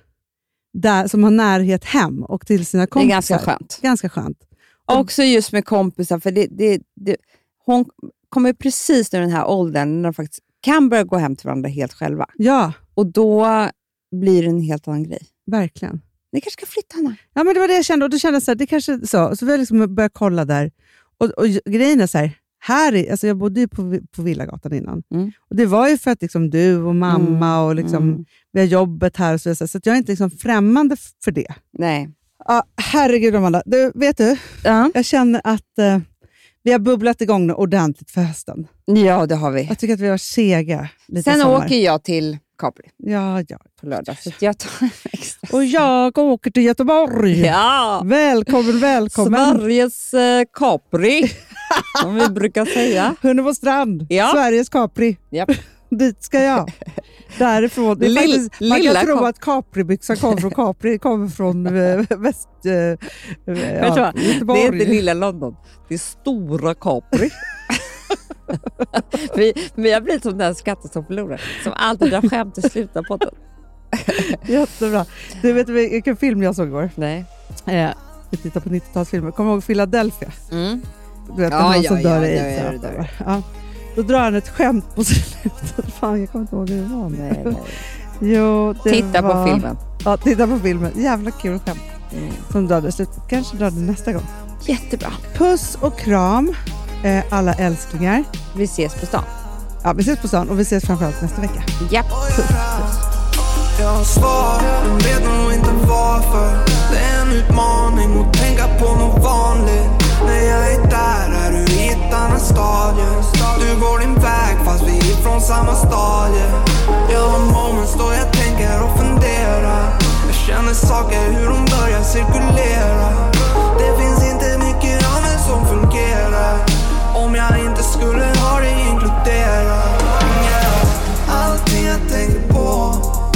[SPEAKER 3] där, som har närhet hem och till sina
[SPEAKER 2] Det är
[SPEAKER 3] kompisar.
[SPEAKER 2] ganska skönt.
[SPEAKER 3] Ganska skönt.
[SPEAKER 2] Också just med kompisar. För det, det, det, hon kommer precis nu i den här åldern när de faktiskt kan börja gå hem till varandra helt själva.
[SPEAKER 3] Ja,
[SPEAKER 2] Och då blir det en helt annan grej.
[SPEAKER 3] verkligen.
[SPEAKER 2] Ni kanske ska flytta, Hanna?
[SPEAKER 3] Ja, men det var det jag kände. Och då kände jag så här, det kanske så. Så vi har liksom börjat kolla där. Och, och grejen är så här, här är, alltså jag bodde ju på, Vi- på Villagatan innan.
[SPEAKER 2] Mm.
[SPEAKER 3] Och det var ju för att liksom du och mamma och liksom,
[SPEAKER 2] mm.
[SPEAKER 3] vi har jobbet här och så vidare. Så att jag är inte liksom främmande f- för det.
[SPEAKER 2] Nej.
[SPEAKER 3] Ja, herregud Amanda. Du, vet du,
[SPEAKER 2] Ja.
[SPEAKER 3] jag känner att eh, vi har bubblat igång nu ordentligt för hösten.
[SPEAKER 2] ja, det har vi.
[SPEAKER 3] Jag tycker att vi har sega lite
[SPEAKER 2] Sen
[SPEAKER 3] sommar.
[SPEAKER 2] åker jag till Capri
[SPEAKER 3] Ja, ja.
[SPEAKER 2] på lördag, så att jag tar en extra.
[SPEAKER 3] Och jag åker till Göteborg.
[SPEAKER 2] Ja!
[SPEAKER 3] Välkommen, välkommen.
[SPEAKER 2] Sveriges eh, Capri, som vi brukar säga.
[SPEAKER 3] Hunnebo strand,
[SPEAKER 2] Ja.
[SPEAKER 3] Sveriges Capri.
[SPEAKER 2] Japp.
[SPEAKER 3] Dit ska jag. Därifrån. Det är
[SPEAKER 2] Lill-
[SPEAKER 3] faktiskt, man
[SPEAKER 2] lilla
[SPEAKER 3] kan tro
[SPEAKER 2] Cap-
[SPEAKER 3] att Capri-byxan kommer från Capri, kommer från eh, väst, eh,
[SPEAKER 2] Vet du
[SPEAKER 3] ja,
[SPEAKER 2] vad?
[SPEAKER 3] Göteborg.
[SPEAKER 2] Det är inte lilla London, det är stora Capri. vi, men jag blir som den skattestoppförloraren som alltid drar skämt i slutet av podden.
[SPEAKER 3] Jättebra. Du vet vilken film jag såg igår? Eh,
[SPEAKER 2] Nej.
[SPEAKER 3] Vi tittar på 90-talsfilmer. Kommer du ihåg Philadelphia?
[SPEAKER 2] Mm.
[SPEAKER 3] du vet,
[SPEAKER 2] Ja,
[SPEAKER 3] när han
[SPEAKER 2] ja,
[SPEAKER 3] som
[SPEAKER 2] ja,
[SPEAKER 3] dör
[SPEAKER 2] då
[SPEAKER 3] i
[SPEAKER 2] är det
[SPEAKER 3] aids. alltså.
[SPEAKER 2] där.
[SPEAKER 3] Ja. Då drar han ett skämt på slutet. Fan, jag kommer inte ihåg hur det var.
[SPEAKER 2] Nej, nej.
[SPEAKER 3] Jo, det
[SPEAKER 2] Titta
[SPEAKER 3] var...
[SPEAKER 2] på filmen.
[SPEAKER 3] Ja, titta på filmen. Jävla kul skämt
[SPEAKER 2] Mm.
[SPEAKER 3] som drar det i slutet. Kanske drar det nästa gång.
[SPEAKER 2] Jättebra.
[SPEAKER 3] Puss och kram, eh, alla älsklingar.
[SPEAKER 2] Vi ses på stan.
[SPEAKER 3] Ja, vi ses på stan och vi ses framförallt nästa vecka.
[SPEAKER 2] Japp.
[SPEAKER 4] Jag har svar, men vet nog inte varför Det är en utmaning att tänka på något vanligt När jag är där är du i ett annat stadie Du går din väg fast vi är från samma stadie Jag har moments då jag tänker och funderar Jag känner saker, hur de börjar cirkulera Det finns inte mycket annat som fungerar Om jag inte skulle ha dig inkluderad yeah. Allting jag tänker på